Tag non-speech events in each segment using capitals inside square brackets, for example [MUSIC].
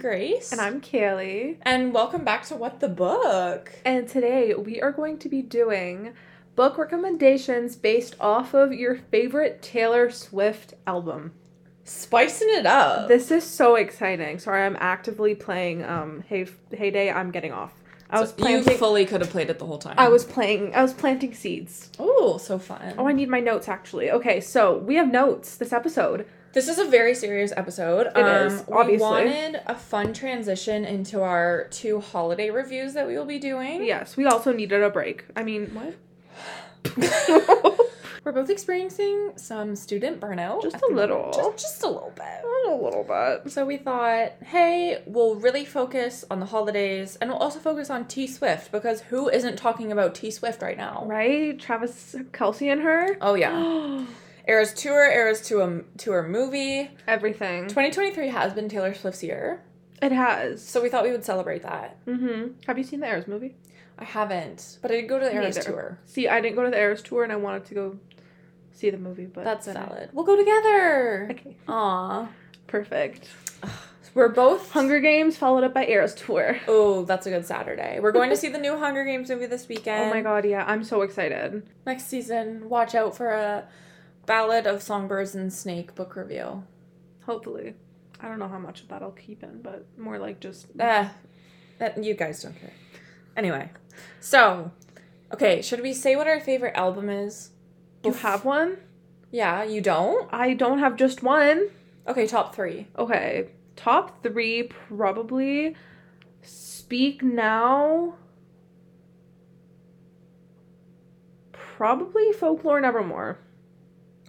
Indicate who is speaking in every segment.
Speaker 1: Grace.
Speaker 2: And I'm Kaylee.
Speaker 1: And welcome back to What the Book.
Speaker 2: And today we are going to be doing book recommendations based off of your favorite Taylor Swift album.
Speaker 1: Spicing it up.
Speaker 2: This is so exciting. Sorry, I'm actively playing um Hey Heyday, I'm getting off. I was
Speaker 1: So
Speaker 2: planting
Speaker 1: You fully could have played it the whole time.
Speaker 2: I was playing I was planting seeds.
Speaker 1: Oh, so fun.
Speaker 2: Oh, I need my notes actually. Okay, so we have notes this episode.
Speaker 1: This is a very serious episode. Um,
Speaker 2: It is,
Speaker 1: We
Speaker 2: obviously.
Speaker 1: wanted a fun transition into our two holiday reviews that we will be doing.
Speaker 2: Yes, we also needed a break. I mean,
Speaker 1: [LAUGHS]
Speaker 2: what? [LAUGHS]
Speaker 1: We're both experiencing some student burnout.
Speaker 2: Just
Speaker 1: at the
Speaker 2: a little.
Speaker 1: moment. Just, just a little bit.
Speaker 2: a little bit.
Speaker 1: So we thought, hey, we'll really focus on the holidays and we'll also focus on T Swift because who isn't talking about T Swift right now?
Speaker 2: Right? Travis Kelsey and her?
Speaker 1: Oh
Speaker 2: [GASPS]
Speaker 1: yeah. [GASPS] Eras tour, Eras to a tour movie.
Speaker 2: Everything.
Speaker 1: 2023 has been Taylor Swift's year.
Speaker 2: It has.
Speaker 1: So we thought we would celebrate that.
Speaker 2: Mm-hmm. Have you seen the Eras movie?
Speaker 1: I haven't, but I did go to the Eras
Speaker 2: Neither.
Speaker 1: tour.
Speaker 2: See, I didn't go to the Eras tour, and I wanted to go see the movie, but
Speaker 1: That's
Speaker 2: then I-
Speaker 1: valid. We'll go together.
Speaker 2: Okay,
Speaker 1: Aw.
Speaker 2: perfect.
Speaker 1: We're both
Speaker 2: Hunger Games followed up by Eras tour.
Speaker 1: Oh, that's a good Saturday. We're going to see the new Hunger Games movie this weekend.
Speaker 2: oh my god, yeah, I'm so excited.
Speaker 1: Next season, watch out for a Ballad of Songbirds and Snake book review.
Speaker 2: Hopefully, I don't know how much of that I'll keep in, but more like just
Speaker 1: Eh, that you guys don't care. Anyway, so okay, should we say what our favorite album is?
Speaker 2: you have one.
Speaker 1: Yeah, you don't.
Speaker 2: I don't have just one.
Speaker 1: Okay, top three.
Speaker 2: Okay, top three probably. Speak now. Probably folklore nevermore.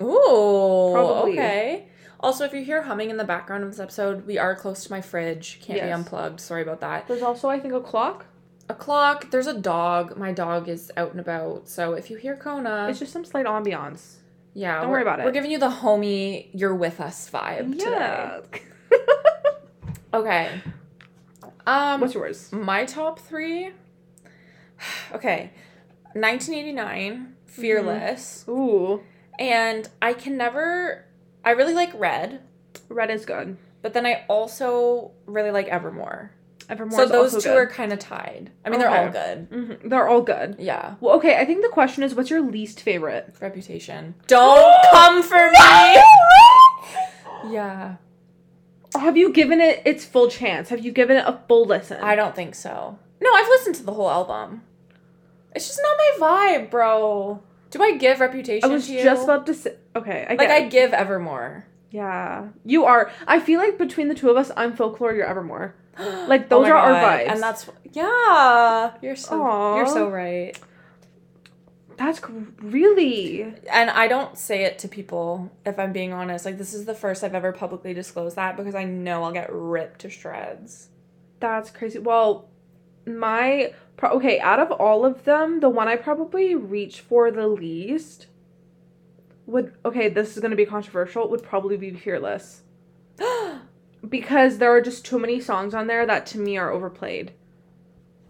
Speaker 1: Ooh,
Speaker 2: Probably.
Speaker 1: okay. Also, if you hear humming in the background of this episode, we are close to my fridge. Can't be
Speaker 2: Yes.
Speaker 1: unplugged. Sorry about that.
Speaker 2: There's also, I think, a clock.
Speaker 1: A clock. There's a dog. My dog is out and about. So if you hear Kona,
Speaker 2: It's just some slight ambiance.
Speaker 1: yeah,
Speaker 2: don't
Speaker 1: we're-
Speaker 2: worry about it.
Speaker 1: We're giving you the homie, you're with us vibe today. Okay. Um,
Speaker 2: What's yours?
Speaker 1: My top three. [SIGHS] Okay. 1989,
Speaker 2: Mm-hmm.
Speaker 1: Fearless.
Speaker 2: Ooh,
Speaker 1: And I can never. I really like Red,
Speaker 2: red is good.
Speaker 1: but then I also really like Evermore.
Speaker 2: Evermore.
Speaker 1: so those two are kind of tied. I mean, they're all good.
Speaker 2: hmm They're all good.
Speaker 1: Yeah.
Speaker 2: Well, okay. I think the question is, what's your least favorite? [GASPS]
Speaker 1: Reputation. Don't come for me! [LAUGHS] yeah.
Speaker 2: Have you given it its full chance? Have you given it a full listen?
Speaker 1: I don't think so. No, I've listened to the whole album. It's just not my vibe, bro. Do I give
Speaker 2: I
Speaker 1: Reputation
Speaker 2: was
Speaker 1: to you?
Speaker 2: just about to say. Okay, I
Speaker 1: like,
Speaker 2: get.
Speaker 1: I
Speaker 2: it.
Speaker 1: give
Speaker 2: [GASPS]
Speaker 1: Evermore.
Speaker 2: yeah, you are. I feel like between the two of us, I'm folklore. You're evermore. Like those
Speaker 1: Oh
Speaker 2: are
Speaker 1: my
Speaker 2: our
Speaker 1: God.
Speaker 2: vibes.
Speaker 1: and that's yeah. You're so
Speaker 2: Aw.
Speaker 1: you're so right.
Speaker 2: that's gr- really.
Speaker 1: And I don't say it to people if I'm being honest. Like this is the first I've ever publicly disclosed that because I know I'll get ripped to shreds. [GASPS]
Speaker 2: That's crazy. Well, my pro- okay, out of all of them, the one I probably reach for the least would okay, this is going to be controversial, would probably be Fearless because there are just too many songs on there that to me are overplayed.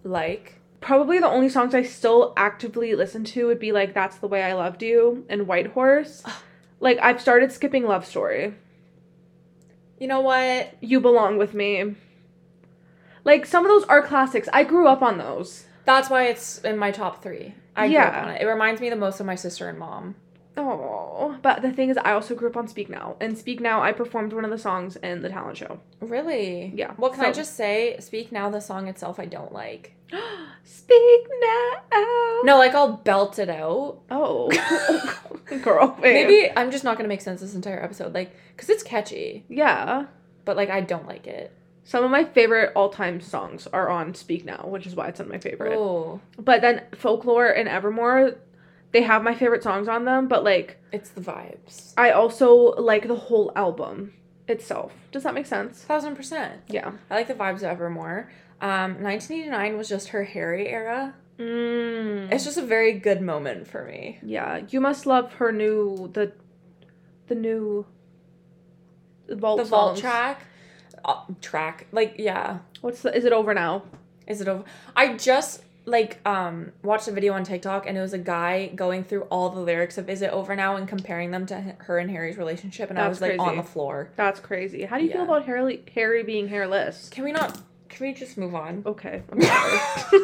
Speaker 1: like
Speaker 2: Probably the only songs I still actively listen to would be like That's the Way I Loved You and White Horse. Like I've started skipping Love Story.
Speaker 1: you know what?
Speaker 2: You Belong with Me. Like some of those are classics. I grew up on those.
Speaker 1: That's why it's in my top three. I yeah.
Speaker 2: Yeah.
Speaker 1: on it. It reminds me the most of my sister and mom.
Speaker 2: Oh, but the thing is, I also grew up on Speak Now, and Speak Now, I performed one of the songs in the talent show.
Speaker 1: Really?
Speaker 2: Yeah.
Speaker 1: What can I
Speaker 2: So-
Speaker 1: just say? Speak now. The song itself, I don't like.
Speaker 2: Speak Now.
Speaker 1: No, like I'll belt it
Speaker 2: [LAUGHS]
Speaker 1: out.
Speaker 2: Oh, girl. wait.
Speaker 1: Maybe I'm just not gonna make sense this entire episode, like, cause it's catchy,
Speaker 2: Yeah.
Speaker 1: but like I don't like it.
Speaker 2: Some of my favorite all-time songs are on Speak Now, which is why it's in my favorite.
Speaker 1: Oh,
Speaker 2: But then Folklore and Evermore, they have my favorite songs on them. But like,
Speaker 1: it's the vibes.
Speaker 2: I also like the whole album itself. Does that make sense?
Speaker 1: Thousand percent.
Speaker 2: Yeah.
Speaker 1: I like the vibes of Evermore. Um, 1989 was just her Harry era.
Speaker 2: Mm-hmm. Mm.
Speaker 1: It's just a very good moment for me.
Speaker 2: Yeah, you must love her new the the new the vault
Speaker 1: The vault
Speaker 2: songs.
Speaker 1: track, uh, track like yeah.
Speaker 2: What's the, is it over now?
Speaker 1: Is it over? I just like um watched a video on TikTok and it was a guy going through all the lyrics of "Is It Over Now" and comparing them to h- her and Harry's relationship, and I was
Speaker 2: That's
Speaker 1: like on
Speaker 2: crazy.
Speaker 1: the floor.
Speaker 2: That's crazy. How do you
Speaker 1: Yeah.
Speaker 2: feel about Harry Harry being hairless?
Speaker 1: Can we not Can we just move
Speaker 2: [LAUGHS]
Speaker 1: on?
Speaker 2: Okay. I'm sorry.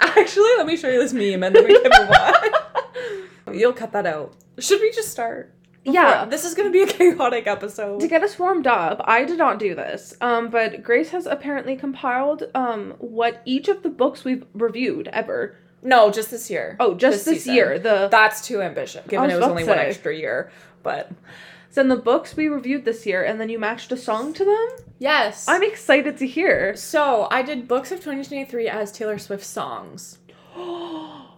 Speaker 1: Actually, let me show you this meme and then we can move
Speaker 2: [LAUGHS]
Speaker 1: on. You'll cut that out. Should we just start?
Speaker 2: yeah.
Speaker 1: This is
Speaker 2: [LAUGHS]
Speaker 1: gonna be a chaotic episode.
Speaker 2: to get us warmed up i did not do this um, but grace has apparently compiled um, what each of the books we've reviewed ever
Speaker 1: No, just this year.
Speaker 2: oh
Speaker 1: This
Speaker 2: just this,
Speaker 1: season.
Speaker 2: year the
Speaker 1: That's too ambitious, given
Speaker 2: was
Speaker 1: it was
Speaker 2: about
Speaker 1: only
Speaker 2: to
Speaker 1: one
Speaker 2: say.
Speaker 1: extra year. But
Speaker 2: send the books we reviewed this year and then you matched a song to them
Speaker 1: yes.
Speaker 2: i'm excited to hear
Speaker 1: so I did books of 2023 as Taylor Swift
Speaker 2: [GASPS]
Speaker 1: songs.
Speaker 2: oh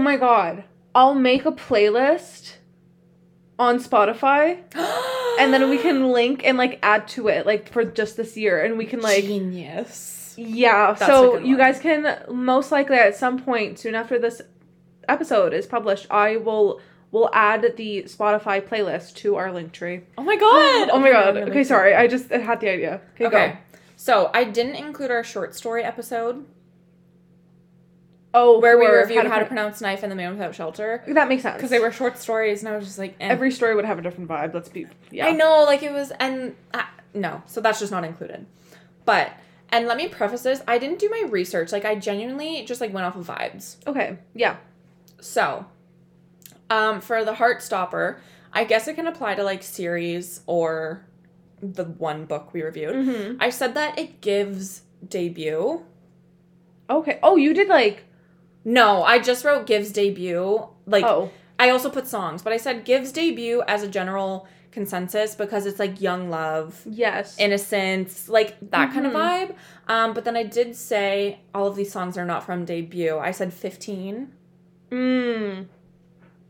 Speaker 2: my god i'll make a playlist on spotify and then
Speaker 1: [GASPS]
Speaker 2: we can link and like add to it like for just this year and we can like
Speaker 1: genius.
Speaker 2: Yeah,
Speaker 1: That's a
Speaker 2: so
Speaker 1: good
Speaker 2: you
Speaker 1: one.
Speaker 2: guys can most likely at some point soon after this episode is published, I will will add the Spotify playlist to our link tree.
Speaker 1: [GASPS] Oh my god.
Speaker 2: [GASPS] Oh my god.
Speaker 1: I'm
Speaker 2: Okay, sorry. I just I had the idea. Okay,
Speaker 1: Okay.
Speaker 2: go.
Speaker 1: So I didn't include our short story episode
Speaker 2: Oh,
Speaker 1: where we
Speaker 2: for
Speaker 1: reviewed how to,
Speaker 2: Pro-
Speaker 1: pronounce knife and the man without shelter
Speaker 2: that makes sense.
Speaker 1: because they were short stories and I was just like eh.
Speaker 2: every story would have a different vibe. Let's be yeah.
Speaker 1: I know like it was and uh, no so that's just not included. But and let me preface this I didn't do my research like I genuinely just like went off of vibes.
Speaker 2: Okay. Yeah.
Speaker 1: So um for the heart stopper I guess it can apply to like series or the one book we reviewed.
Speaker 2: Mhm.
Speaker 1: I said that it gives debut
Speaker 2: Okay. Oh, you did like
Speaker 1: No, I just wrote Gives debut. Like
Speaker 2: oh.
Speaker 1: I also put songs, but I said Gives debut as a general consensus because it's like young love,
Speaker 2: Yes.
Speaker 1: innocence, like that kind of
Speaker 2: Mhm.
Speaker 1: vibe. Um, but then I did say all of these songs are not from debut. I said fifteen
Speaker 2: mm.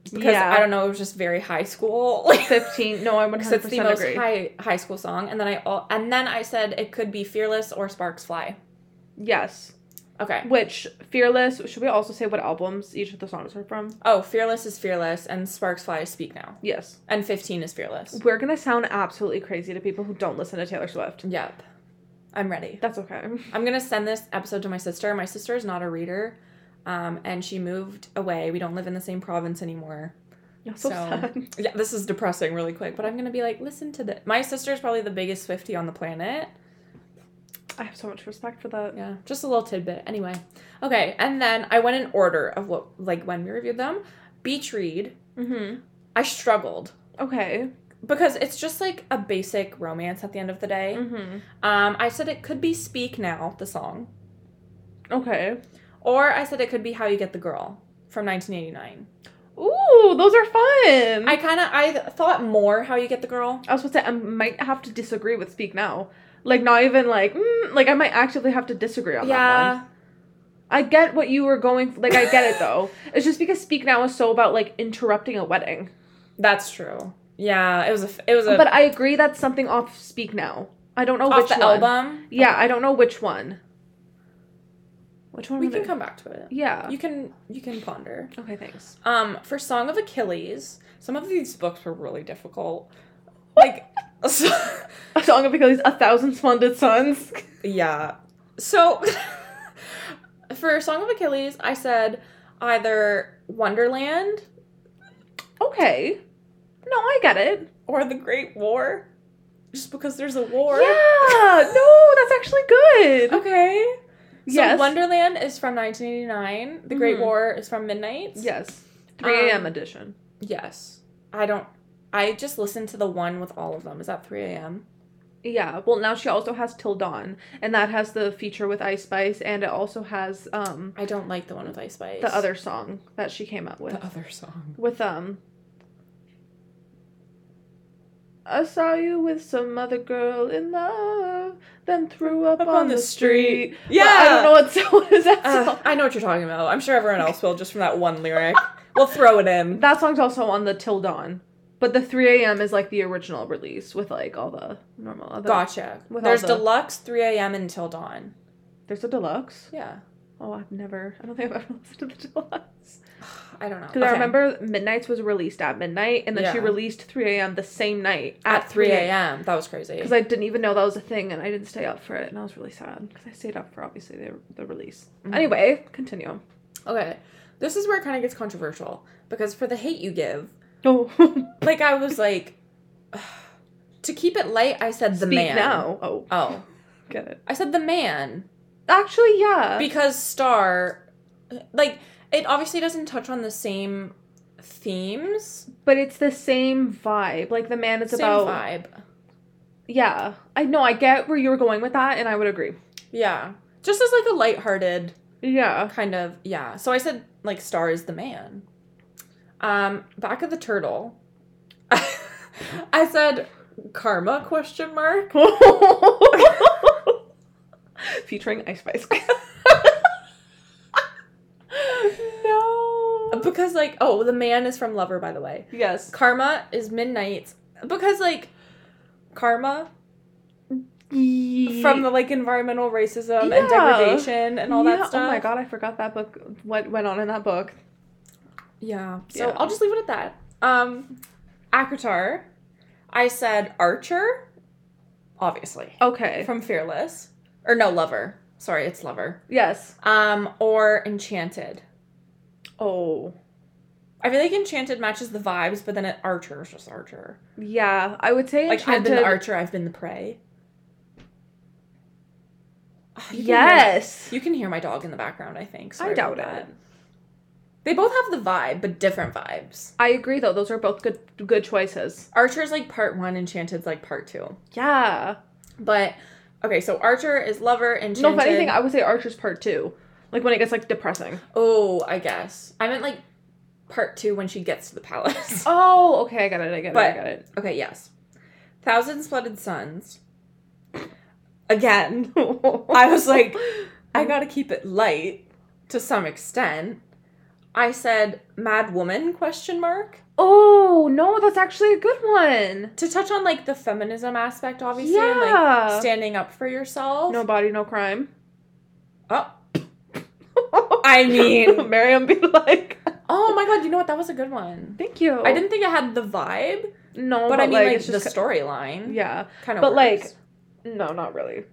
Speaker 1: because
Speaker 2: yeah.
Speaker 1: I don't know, it was just very high school. [LAUGHS] Like,
Speaker 2: 15. No, I 100%
Speaker 1: Because it's the most
Speaker 2: agree.
Speaker 1: high high school song, and then I all, and then I said it could be Fearless or Sparks Fly.
Speaker 2: Yes.
Speaker 1: Okay.
Speaker 2: Which Fearless? Should we also say what albums each of the songs are from?
Speaker 1: Oh, Fearless is Fearless, and Sparks Fly is Speak Now,
Speaker 2: Yes.
Speaker 1: and Fifteen is Fearless.
Speaker 2: We're gonna sound absolutely crazy to people who don't listen to Taylor Swift.
Speaker 1: Yep, I'm ready.
Speaker 2: That's okay. [LAUGHS]
Speaker 1: I'm gonna send this episode to my sister. My sister is not a reader, um, and she moved away. We don't live in the same province anymore.
Speaker 2: You're so,
Speaker 1: So-
Speaker 2: sad.
Speaker 1: Yeah, this is depressing, really quick. But I'm gonna be like, listen to this. My sister is probably the biggest Swifty on the planet.
Speaker 2: I have so much respect for that.
Speaker 1: Yeah, just a little tidbit. Anyway, okay, and then I went in order of what like when we reviewed them. Beach read.
Speaker 2: Mm-hmm.
Speaker 1: I struggled
Speaker 2: Okay.
Speaker 1: because it's just like a basic romance at the end of the day.
Speaker 2: Mm-hmm.
Speaker 1: Um, I said it could be "Speak Now" the song,
Speaker 2: Okay.
Speaker 1: or I said it could be "How You Get the Girl" from 1989.
Speaker 2: Ooh, those are fun.
Speaker 1: I
Speaker 2: I,
Speaker 1: kind of I thought more how you get the girl.
Speaker 2: was supposed to. I might have to disagree with Speak Now. Like not even like mm, like I might actively have to disagree on that one.
Speaker 1: Yeah,
Speaker 2: I get what you were going. Like I get
Speaker 1: [LAUGHS]
Speaker 2: it though. It's just because Speak Now is so about like interrupting a wedding.
Speaker 1: that's true. Yeah, it was a f- it was a
Speaker 2: but I agree that's something off Speak Now. I don't know
Speaker 1: off
Speaker 2: which
Speaker 1: the
Speaker 2: one.
Speaker 1: album.
Speaker 2: Yeah, I don't know which one. Which one?
Speaker 1: We
Speaker 2: would
Speaker 1: can
Speaker 2: it-
Speaker 1: come back to it.
Speaker 2: Yeah.
Speaker 1: You can you can ponder.
Speaker 2: okay, thanks.
Speaker 1: Um, for Song of Achilles, some of these books were really difficult. Like, [LAUGHS] so,
Speaker 2: A song of Achilles, a thousand splendid sons.
Speaker 1: yeah. So, [LAUGHS] for Song of Achilles, I said either Wonderland
Speaker 2: [LAUGHS] okay. No, I get it.
Speaker 1: or the Great War, just because there's a war.
Speaker 2: yeah. No, that's actually good.
Speaker 1: Okay. So
Speaker 2: yes.
Speaker 1: Wonderland is from 1989. The Great
Speaker 2: Mhm.
Speaker 1: War is from Midnight.
Speaker 2: yes. 3 a.m.
Speaker 1: Um,
Speaker 2: edition.
Speaker 1: Yes. I don't. I just listened to the one with all of them. Is that 3 a.m.?
Speaker 2: Yeah. Well, now she also has Till Dawn, and that has the feature with Ice Spice, and it also has um
Speaker 1: I don't like the one with Ice Spice.
Speaker 2: the other song that she came up with
Speaker 1: [LAUGHS] The other song.
Speaker 2: with um. I saw you with some other girl in love, then threw up, on, the street.
Speaker 1: Yeah.
Speaker 2: I don't know what [LAUGHS] song is that
Speaker 1: Uh,
Speaker 2: song.
Speaker 1: I know what you're talking about. I'm sure everyone else will just from that one
Speaker 2: [LAUGHS]
Speaker 1: lyric. we'll throw it in.
Speaker 2: That song's also on the Till Dawn, but the 3 a.m. is like the original release with like all the normal other.
Speaker 1: Gotcha.
Speaker 2: With all
Speaker 1: There's
Speaker 2: the-
Speaker 1: deluxe 3 a.m. until dawn.
Speaker 2: There's a deluxe.
Speaker 1: Yeah.
Speaker 2: Oh, I've never. I don't think I've ever [LAUGHS] listened to the deluxe.
Speaker 1: I don't know.
Speaker 2: Because I
Speaker 1: Okay.
Speaker 2: remember Midnight's was released at midnight, and then she
Speaker 1: Yeah.
Speaker 2: released 3 a.m. the same night
Speaker 1: at 3 a.m. That was crazy.
Speaker 2: Because I didn't even know that was a thing, and I didn't stay up for it, and I was really sad because I stayed up for obviously the the release.
Speaker 1: Mhm.
Speaker 2: Anyway, continue.
Speaker 1: Okay. This is where it kind of gets controversial because for the hate you give,
Speaker 2: Oh,
Speaker 1: like I was like, [SIGHS] to keep it light, I said the
Speaker 2: speak
Speaker 1: man.
Speaker 2: now. Oh,
Speaker 1: Oh,
Speaker 2: Get it.
Speaker 1: I said the man
Speaker 2: Actually, yeah.
Speaker 1: because Star, like it obviously doesn't touch on the same themes,
Speaker 2: but it's the same vibe. Like the man it's
Speaker 1: same
Speaker 2: about
Speaker 1: vibe.
Speaker 2: Yeah. I know, I get where you were going with that and I would agree.
Speaker 1: Yeah, just as like a lighthearted
Speaker 2: Yeah.
Speaker 1: kind of yeah. So I said like Star is the man. Um, back of the turtle. [LAUGHS] I said karma question mark.
Speaker 2: [LAUGHS] Featuring Ice Spice. [LAUGHS] no.
Speaker 1: Because like oh the man is from Lover by the way.
Speaker 2: [LAUGHS] Yes.
Speaker 1: Karma is midnight because like karma from
Speaker 2: From
Speaker 1: the like environmental racism
Speaker 2: Yeah.
Speaker 1: and degradation and all that stuff.
Speaker 2: Oh my god, I forgot that book what went on in that book.
Speaker 1: Yeah. So
Speaker 2: Yeah.
Speaker 1: I'll just leave it at that. Um Akratar. I said Archer, obviously.
Speaker 2: Okay.
Speaker 1: From Fearless. Or no, Lover. Sorry, it's Lover.
Speaker 2: yes.
Speaker 1: Um, or Enchanted.
Speaker 2: Oh.
Speaker 1: I feel like Enchanted matches the vibes, but then it Archer is just Archer.
Speaker 2: Yeah, I would say
Speaker 1: Like I've been
Speaker 2: Enchanted-
Speaker 1: the Archer, I've been the prey. Ah, you can hear my-
Speaker 2: Yes.
Speaker 1: You can hear my dog in the background, I think.
Speaker 2: I
Speaker 1: wrote
Speaker 2: doubt
Speaker 1: that.
Speaker 2: it.
Speaker 1: They both have the vibe, but different vibes.
Speaker 2: I agree though. Those are both good good choices.
Speaker 1: Archer's like part one, Enchanted's like part two.
Speaker 2: Yeah.
Speaker 1: But okay, so Archer is lover, Enchanted.
Speaker 2: No, if anything, I would say Archer's part two. Like when it gets like depressing.
Speaker 1: oh, I guess I meant like part two when she gets to the
Speaker 2: [LAUGHS]
Speaker 1: palace.
Speaker 2: Oh, okay, I got it. I got it. I
Speaker 1: But-
Speaker 2: got it.
Speaker 1: okay, yes, thousand splendid suns. Again, [LAUGHS]
Speaker 2: I
Speaker 1: I was like, I gotta keep it light to some extent. I said mad woman question mark
Speaker 2: oh no, that's actually a good one.
Speaker 1: to touch on like the feminism aspect obviously and like
Speaker 2: yeah.
Speaker 1: standing up for yourself.
Speaker 2: no body, no [LAUGHS] crime.
Speaker 1: Oh, I
Speaker 2: [LAUGHS]
Speaker 1: mean-
Speaker 2: Miriam be like,
Speaker 1: oh my god, you know what? That was a good one.
Speaker 2: thank you.
Speaker 1: I didn't think it had the vibe,
Speaker 2: No,
Speaker 1: but, I mean like
Speaker 2: it's
Speaker 1: the
Speaker 2: just
Speaker 1: storyline.
Speaker 2: yeah.
Speaker 1: kind of.
Speaker 2: But,
Speaker 1: works.
Speaker 2: No, not really.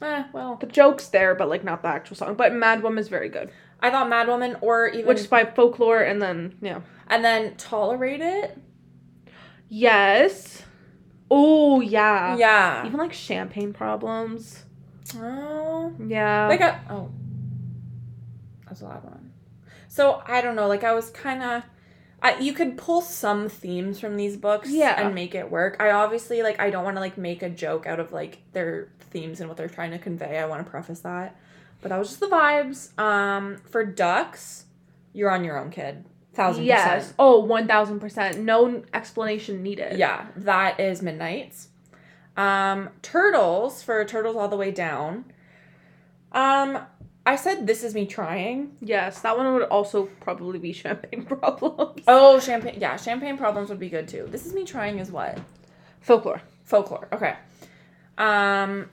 Speaker 1: eh, well,
Speaker 2: The joke's there, but like not the actual song. But Mad Woman is very good,
Speaker 1: I thought Mad Woman or even
Speaker 2: which is by folklore, and then yeah.
Speaker 1: and then tolerate it.
Speaker 2: Yes. Oh yeah.
Speaker 1: yeah.
Speaker 2: Even like champagne problems.
Speaker 1: Oh.
Speaker 2: Yeah.
Speaker 1: Like I oh, that's a loud one. So I don't know. Like I was kind of. I, you could pull some themes from these books
Speaker 2: Yeah.
Speaker 1: and make it work. I obviously like I don't want to like make a joke out of like their themes and what they're trying to convey. I want to preface that. But that was just the vibes. Um for ducks, you're on your own kid. 1000%.
Speaker 2: yes. Oh, one thousand percent. No n- explanation needed.
Speaker 1: Yeah, that is Midnight's. Um, Turtles for Turtles All the Way Down. Um, I said this is me trying.
Speaker 2: Yes, that one would also probably be [LAUGHS] champagne problems.
Speaker 1: Oh, champagne. Yeah, champagne problems would be good too. This is me trying is what
Speaker 2: Folklore.
Speaker 1: folklore. Okay. Um,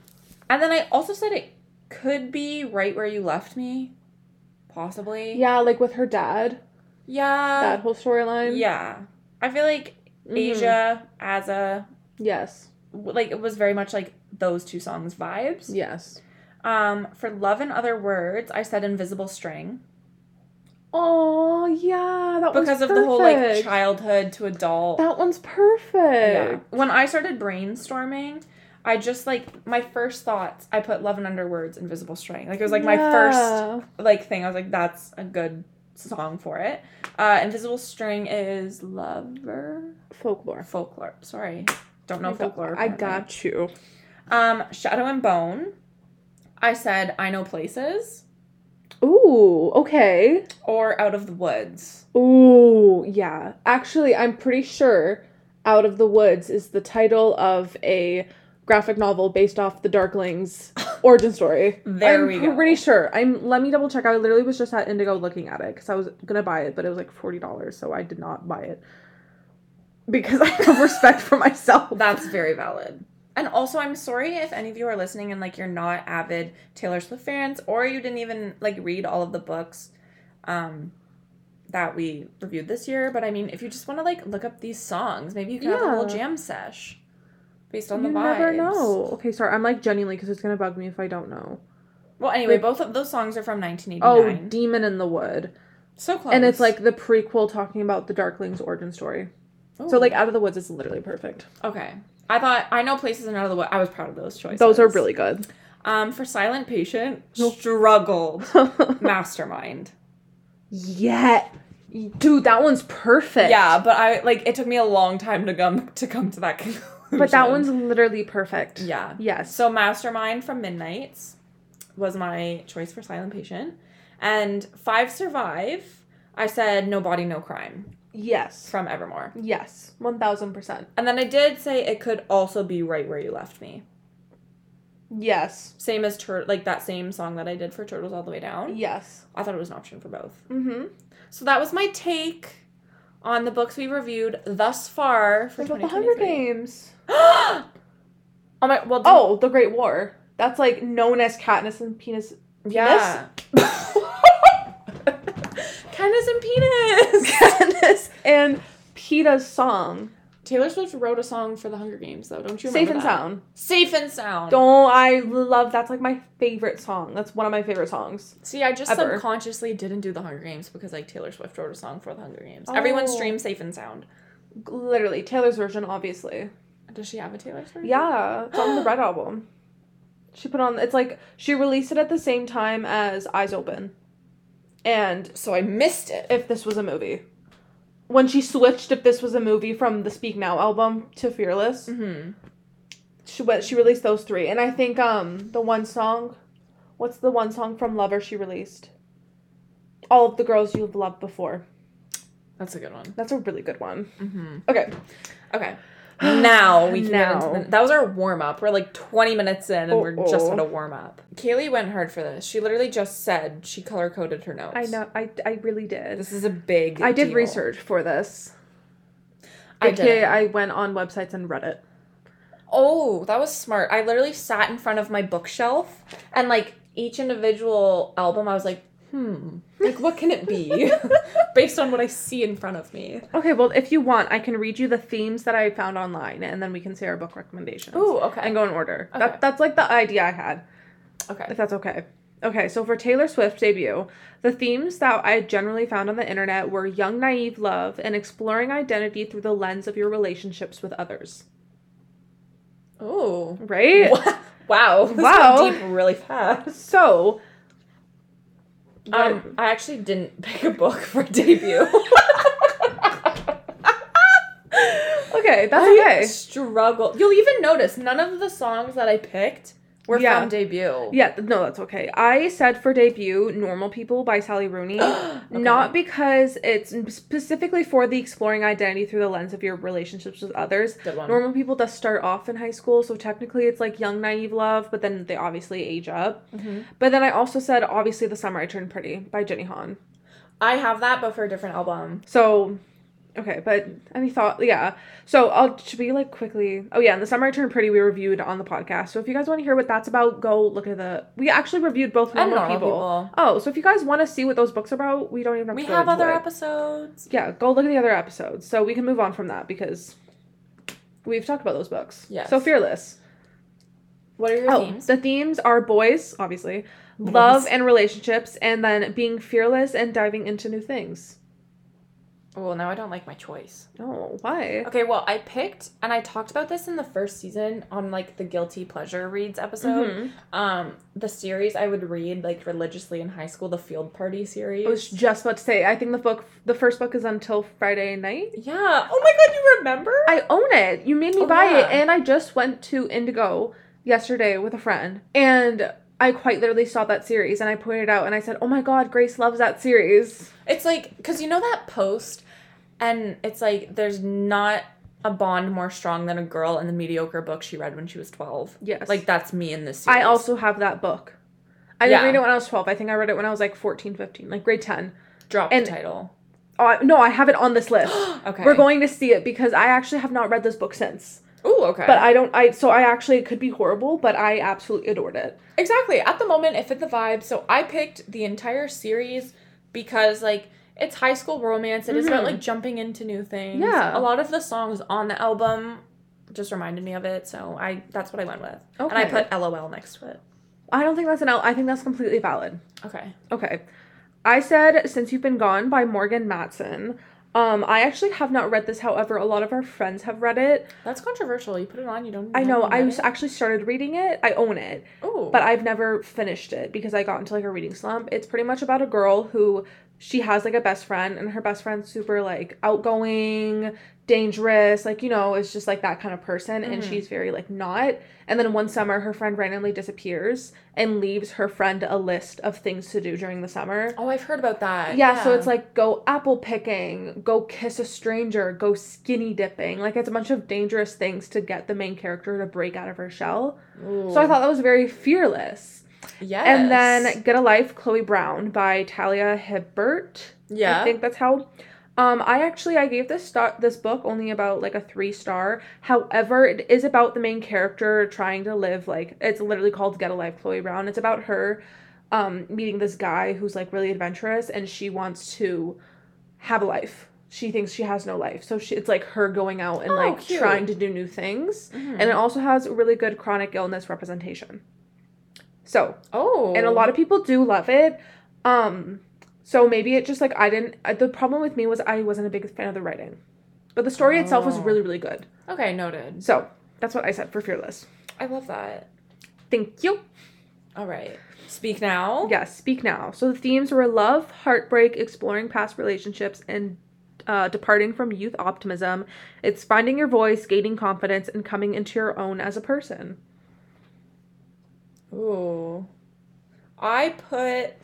Speaker 1: and then I also said it could be right where you left me, possibly.
Speaker 2: Yeah, like with her dad.
Speaker 1: Yeah.
Speaker 2: that whole storyline.
Speaker 1: yeah. I feel like
Speaker 2: Mhm.
Speaker 1: Asia as a
Speaker 2: Yes.
Speaker 1: like it was very much like those two songs vibes.
Speaker 2: Yes.
Speaker 1: Um, for love and other words, I said invisible string
Speaker 2: Oh yeah, that one's
Speaker 1: because of the whole like
Speaker 2: perfect.
Speaker 1: childhood to adult.
Speaker 2: That one's perfect.
Speaker 1: yeah. Uh, When I started brainstorming, I just like my first thoughts. I put love and under words, invisible string. Like it was like my first
Speaker 2: Yeah.
Speaker 1: like thing. I was like, that's a good song for it. Uh, invisible string is lover
Speaker 2: folklore.
Speaker 1: folklore. Sorry, don't know
Speaker 2: I got-
Speaker 1: folklore.
Speaker 2: Oh I
Speaker 1: apparently.
Speaker 2: got you.
Speaker 1: Um, shadow and bone. I said I know places
Speaker 2: Ooh, okay.
Speaker 1: or out of the woods.
Speaker 2: Ooh, yeah. Actually, I'm pretty sure Out of the Woods is the title of a graphic novel based off the
Speaker 1: [LAUGHS]
Speaker 2: Darkling's origin story.
Speaker 1: There
Speaker 2: I'm
Speaker 1: we go.
Speaker 2: pretty sure. I'm let me double check. I literally was just at Indigo looking at it cuz I was going to buy it, but it was like $40, so I did not buy it. Because [LAUGHS] I have respect for myself.
Speaker 1: That's very valid. And also, I'm sorry if any of you are listening and like you're not avid Taylor Swift fans, or you didn't even like read all of the books um, that we reviewed this year. But I mean, if you just want to like look up these songs, maybe you can have a little
Speaker 2: Yeah.
Speaker 1: jam sesh based on
Speaker 2: you
Speaker 1: the vibes.
Speaker 2: never know. Okay, sorry. I'm like genuinely cuz it's going to bug me if I don't know.
Speaker 1: Well, anyway,
Speaker 2: Like-
Speaker 1: both of those songs are from 1989.
Speaker 2: Oh, Demon in the Wood.
Speaker 1: so close.
Speaker 2: And it's like the prequel talking about the Darkling's origin story. So
Speaker 1: Ooh.
Speaker 2: like Out of the Woods is literally perfect.
Speaker 1: okay. I thought I know places and out of the way. I was proud of those choices.
Speaker 2: Those are really good.
Speaker 1: Um, for Silent Patient, struggled. [LAUGHS] Mastermind.
Speaker 2: [LAUGHS] yeah. Dude, that one's perfect.
Speaker 1: Yeah, but I like it took me a long time to come to come to that [LAUGHS] conclusion.
Speaker 2: But that one's literally perfect.
Speaker 1: yeah.
Speaker 2: Yes.
Speaker 1: So Mastermind from Midnight's was my choice for Silent Patient, and Five Survive. I said No Body No Crime
Speaker 2: Yes.
Speaker 1: from Evermore,
Speaker 2: Yes. 1000%.
Speaker 1: and then I did say it could also be Right Where You Left Me,
Speaker 2: Yes.
Speaker 1: same as Tur- like that same song that I did for Turtles All the Way Down.
Speaker 2: Yes.
Speaker 1: I thought it was an option for both.
Speaker 2: Mm-hmm.
Speaker 1: So that was my take on the books we reviewed thus far for
Speaker 2: What about the Hunger
Speaker 1: 2023.
Speaker 2: Games?
Speaker 1: [GASPS] oh my! Well, do-
Speaker 2: Oh, the Great War. That's like known as Katniss and [LAUGHS] Penis.
Speaker 1: [LAUGHS] yeah. Candace and
Speaker 2: [LAUGHS]
Speaker 1: penis.
Speaker 2: Katniss and Peta's song.
Speaker 1: Taylor Swift wrote a song for the Hunger Games, though. Don't you
Speaker 2: Safe
Speaker 1: remember
Speaker 2: and
Speaker 1: that?
Speaker 2: Sound.
Speaker 1: Safe and sound.
Speaker 2: Don't I love that's like my favorite song. That's one of my favorite songs.
Speaker 1: See, I just
Speaker 2: Ever.
Speaker 1: subconsciously didn't do the Hunger Games because like Taylor Swift wrote a song for the Hunger Games. Everyone
Speaker 2: Oh.
Speaker 1: streams Safe and Sound.
Speaker 2: Literally, Taylor's version, obviously.
Speaker 1: Does she have a Taylor Swift?
Speaker 2: Yeah, it's on the Red album. She put on it's like she released it at the same time as Eyes Open. And
Speaker 1: So I missed it.
Speaker 2: if this was a movie. When she switched if this was a movie from the Speak Now album to Fearless,
Speaker 1: Mm-hmm.
Speaker 2: she went she released those three. And I think um the one song what's the one song from Lover she released? All of the girls you've loved before.
Speaker 1: That's a good one.
Speaker 2: That's a really good one.
Speaker 1: Mm-hmm.
Speaker 2: Okay. [GASPS]
Speaker 1: Okay. Now we can get into
Speaker 2: Now.
Speaker 1: the, that was our warm up. We're like 20 minutes in and we're just
Speaker 2: Uh-oh.
Speaker 1: at a warm up. Kaylee went hard for this. She literally just said she color coded her notes.
Speaker 2: I know I I really did.
Speaker 1: This is a big
Speaker 2: I did
Speaker 1: deal.
Speaker 2: research for this.
Speaker 1: I
Speaker 2: AKA,
Speaker 1: did.
Speaker 2: I went on websites and read it.
Speaker 1: Oh, that was smart. I literally sat in front of my bookshelf and like each individual album I was like, "Hmm, like what can it
Speaker 2: [LAUGHS]
Speaker 1: be?" based on what I see in front of me.
Speaker 2: Okay, well, if you want, I can read you the themes that I found online, and then we can say our book recommendations.
Speaker 1: Ooh,
Speaker 2: And
Speaker 1: okay.
Speaker 2: go in order.
Speaker 1: Okay.
Speaker 2: That, that's like the idea I had,
Speaker 1: Okay.
Speaker 2: if that's okay. Okay, so for Taylor Swift's debut, the themes that I generally found on the internet were young, naive love and exploring identity through the lens of your relationships with others.
Speaker 1: Ooh.
Speaker 2: Right?
Speaker 1: [LAUGHS] Wow. This
Speaker 2: Wow.
Speaker 1: went deep really fast.
Speaker 2: So,
Speaker 1: Um, I actually didn't [LAUGHS] pick a book for debut.
Speaker 2: okay,
Speaker 1: [LAUGHS]
Speaker 2: that's
Speaker 1: I
Speaker 2: okay.
Speaker 1: struggled. You'll even notice none of the songs that I picked were
Speaker 2: Yeah.
Speaker 1: from debut.
Speaker 2: Yeah, th- no, that's okay. I said for debut, Normal People by
Speaker 1: [GASPS]
Speaker 2: Sally Rooney, not because it's specifically for the exploring identity through the lens of your relationships with others.
Speaker 1: Good one.
Speaker 2: Normal People does start off in high school, so technically it's like young, naive love, but then they obviously age up.
Speaker 1: Mhm.
Speaker 2: But then I also said, obviously, The Summer I Turned Pretty by Jenny Han.
Speaker 1: I have that, but for a different album.
Speaker 2: So, okay, but any thought? Yeah. So I'll should we like quickly. Oh yeah, in the summer I turned pretty. We reviewed on the podcast. So if you guys want to hear what that's about, go look at the. We actually reviewed both
Speaker 1: And
Speaker 2: normal,
Speaker 1: Normal
Speaker 2: people.
Speaker 1: People.
Speaker 2: Oh, so if you guys want to see what those books are about, we don't even have
Speaker 1: We
Speaker 2: to. go
Speaker 1: have
Speaker 2: into
Speaker 1: other
Speaker 2: it.
Speaker 1: episodes.
Speaker 2: Yeah, go look at the other episodes. So we can move on from that because we've talked about those books.
Speaker 1: Yes.
Speaker 2: So fearless.
Speaker 1: What are your
Speaker 2: Oh,
Speaker 1: themes?
Speaker 2: the themes are boys, obviously,
Speaker 1: Boys.
Speaker 2: love and relationships, and then being fearless and diving into new things.
Speaker 1: Well, now I don't like my choice.
Speaker 2: Oh, why?
Speaker 1: Okay, well, I picked, and I talked about this in the first season on like the guilty pleasure reads episode.
Speaker 2: Mhm.
Speaker 1: Um, the series I would read like religiously in high school, the Field Party series.
Speaker 2: I was just about to say. I think the book, the first book, is until Friday night.
Speaker 1: yeah. Oh my God, you remember?
Speaker 2: I own it. You made me
Speaker 1: Oh,
Speaker 2: buy
Speaker 1: yeah.
Speaker 2: it, and I just went to Indigo yesterday with a friend, and I quite literally saw that series, and I pointed out, and I said, "Oh my God, Grace loves that series."
Speaker 1: It's like because you know that post, and it's like there's not a bond more strong than a girl in the mediocre book she read when she was twelve.
Speaker 2: Yes.
Speaker 1: Like that's me in this. Series.
Speaker 2: I also have that book. I didn't
Speaker 1: Yeah.
Speaker 2: read it when I was 12. I think I read it when I was like 14, 15, like grade 10.
Speaker 1: dropped
Speaker 2: and-
Speaker 1: the title.
Speaker 2: [GASPS] Oh, I- no, I have it on this list.
Speaker 1: [GASPS] Okay.
Speaker 2: We're going to see it because I actually have not read this book since.
Speaker 1: Ooh, okay.
Speaker 2: But I don't I so I actually it could be horrible, but I absolutely adored it.
Speaker 1: exactly at the moment it fit the vibe, so I picked the entire series because like. It's high school romance. It is about
Speaker 2: Mhm.
Speaker 1: like jumping into new things.
Speaker 2: Yeah.
Speaker 1: A lot of the songs on the album just reminded me of it, so I that's what I went with. And I
Speaker 2: Okay.
Speaker 1: put LOL next to it.
Speaker 2: I don't think that's an L. I think that's completely valid.
Speaker 1: Okay.
Speaker 2: Okay. I said Since You've Been Gone by Morgan Matson. Um, I actually have not read this. However, a lot of our friends have read it.
Speaker 1: That's controversial. You put it on, you don't.
Speaker 2: I know. I was actually started reading it. I own it.
Speaker 1: Oh,
Speaker 2: but I've never finished it because I got into like a reading slump. It's pretty much about a girl who she has like a best friend and her best friend's super like outgoing, dangerous, like you know, it's just like that kind of person and
Speaker 1: Mhm.
Speaker 2: she's very like not. And then one summer her friend randomly disappears and leaves her friend a list of things to do during the summer.
Speaker 1: oh, I've heard about that.
Speaker 2: Yeah, so it's like go apple picking, go kiss a stranger, go skinny dipping. Like it's a bunch of dangerous things to get the main character to break out of her shell. So I thought that was very fearless.
Speaker 1: yes,
Speaker 2: And then Get a Life, Chloe Brown by Talia Hibbert.
Speaker 1: yeah,
Speaker 2: I think that's how. Um, I actually I gave this star this book only about like a three star. However, it is about the main character trying to live like it's literally called Get a Life, Chloe Brown. It's about her um meeting this guy who's like really adventurous and she wants to have a life. She thinks she has no life. So she it's like her going out and
Speaker 1: Oh,
Speaker 2: like
Speaker 1: cute.
Speaker 2: trying to do new things.
Speaker 1: Mhm.
Speaker 2: And it also has really good chronic illness representation. So
Speaker 1: oh,
Speaker 2: and a lot of people do love it um so maybe it just like i didn't uh, the problem with me was i wasn't a big fan of the writing but the story itself was
Speaker 1: Oh.
Speaker 2: really really good
Speaker 1: okay, noted.
Speaker 2: so that's what i said for fearless
Speaker 1: I love that.
Speaker 2: thank you
Speaker 1: All right, speak now.
Speaker 2: yes speak now so the themes were love heartbreak exploring past relationships and uh, departing from youth optimism it's finding your voice gaining confidence and coming into your own as a person
Speaker 1: Ooh. I put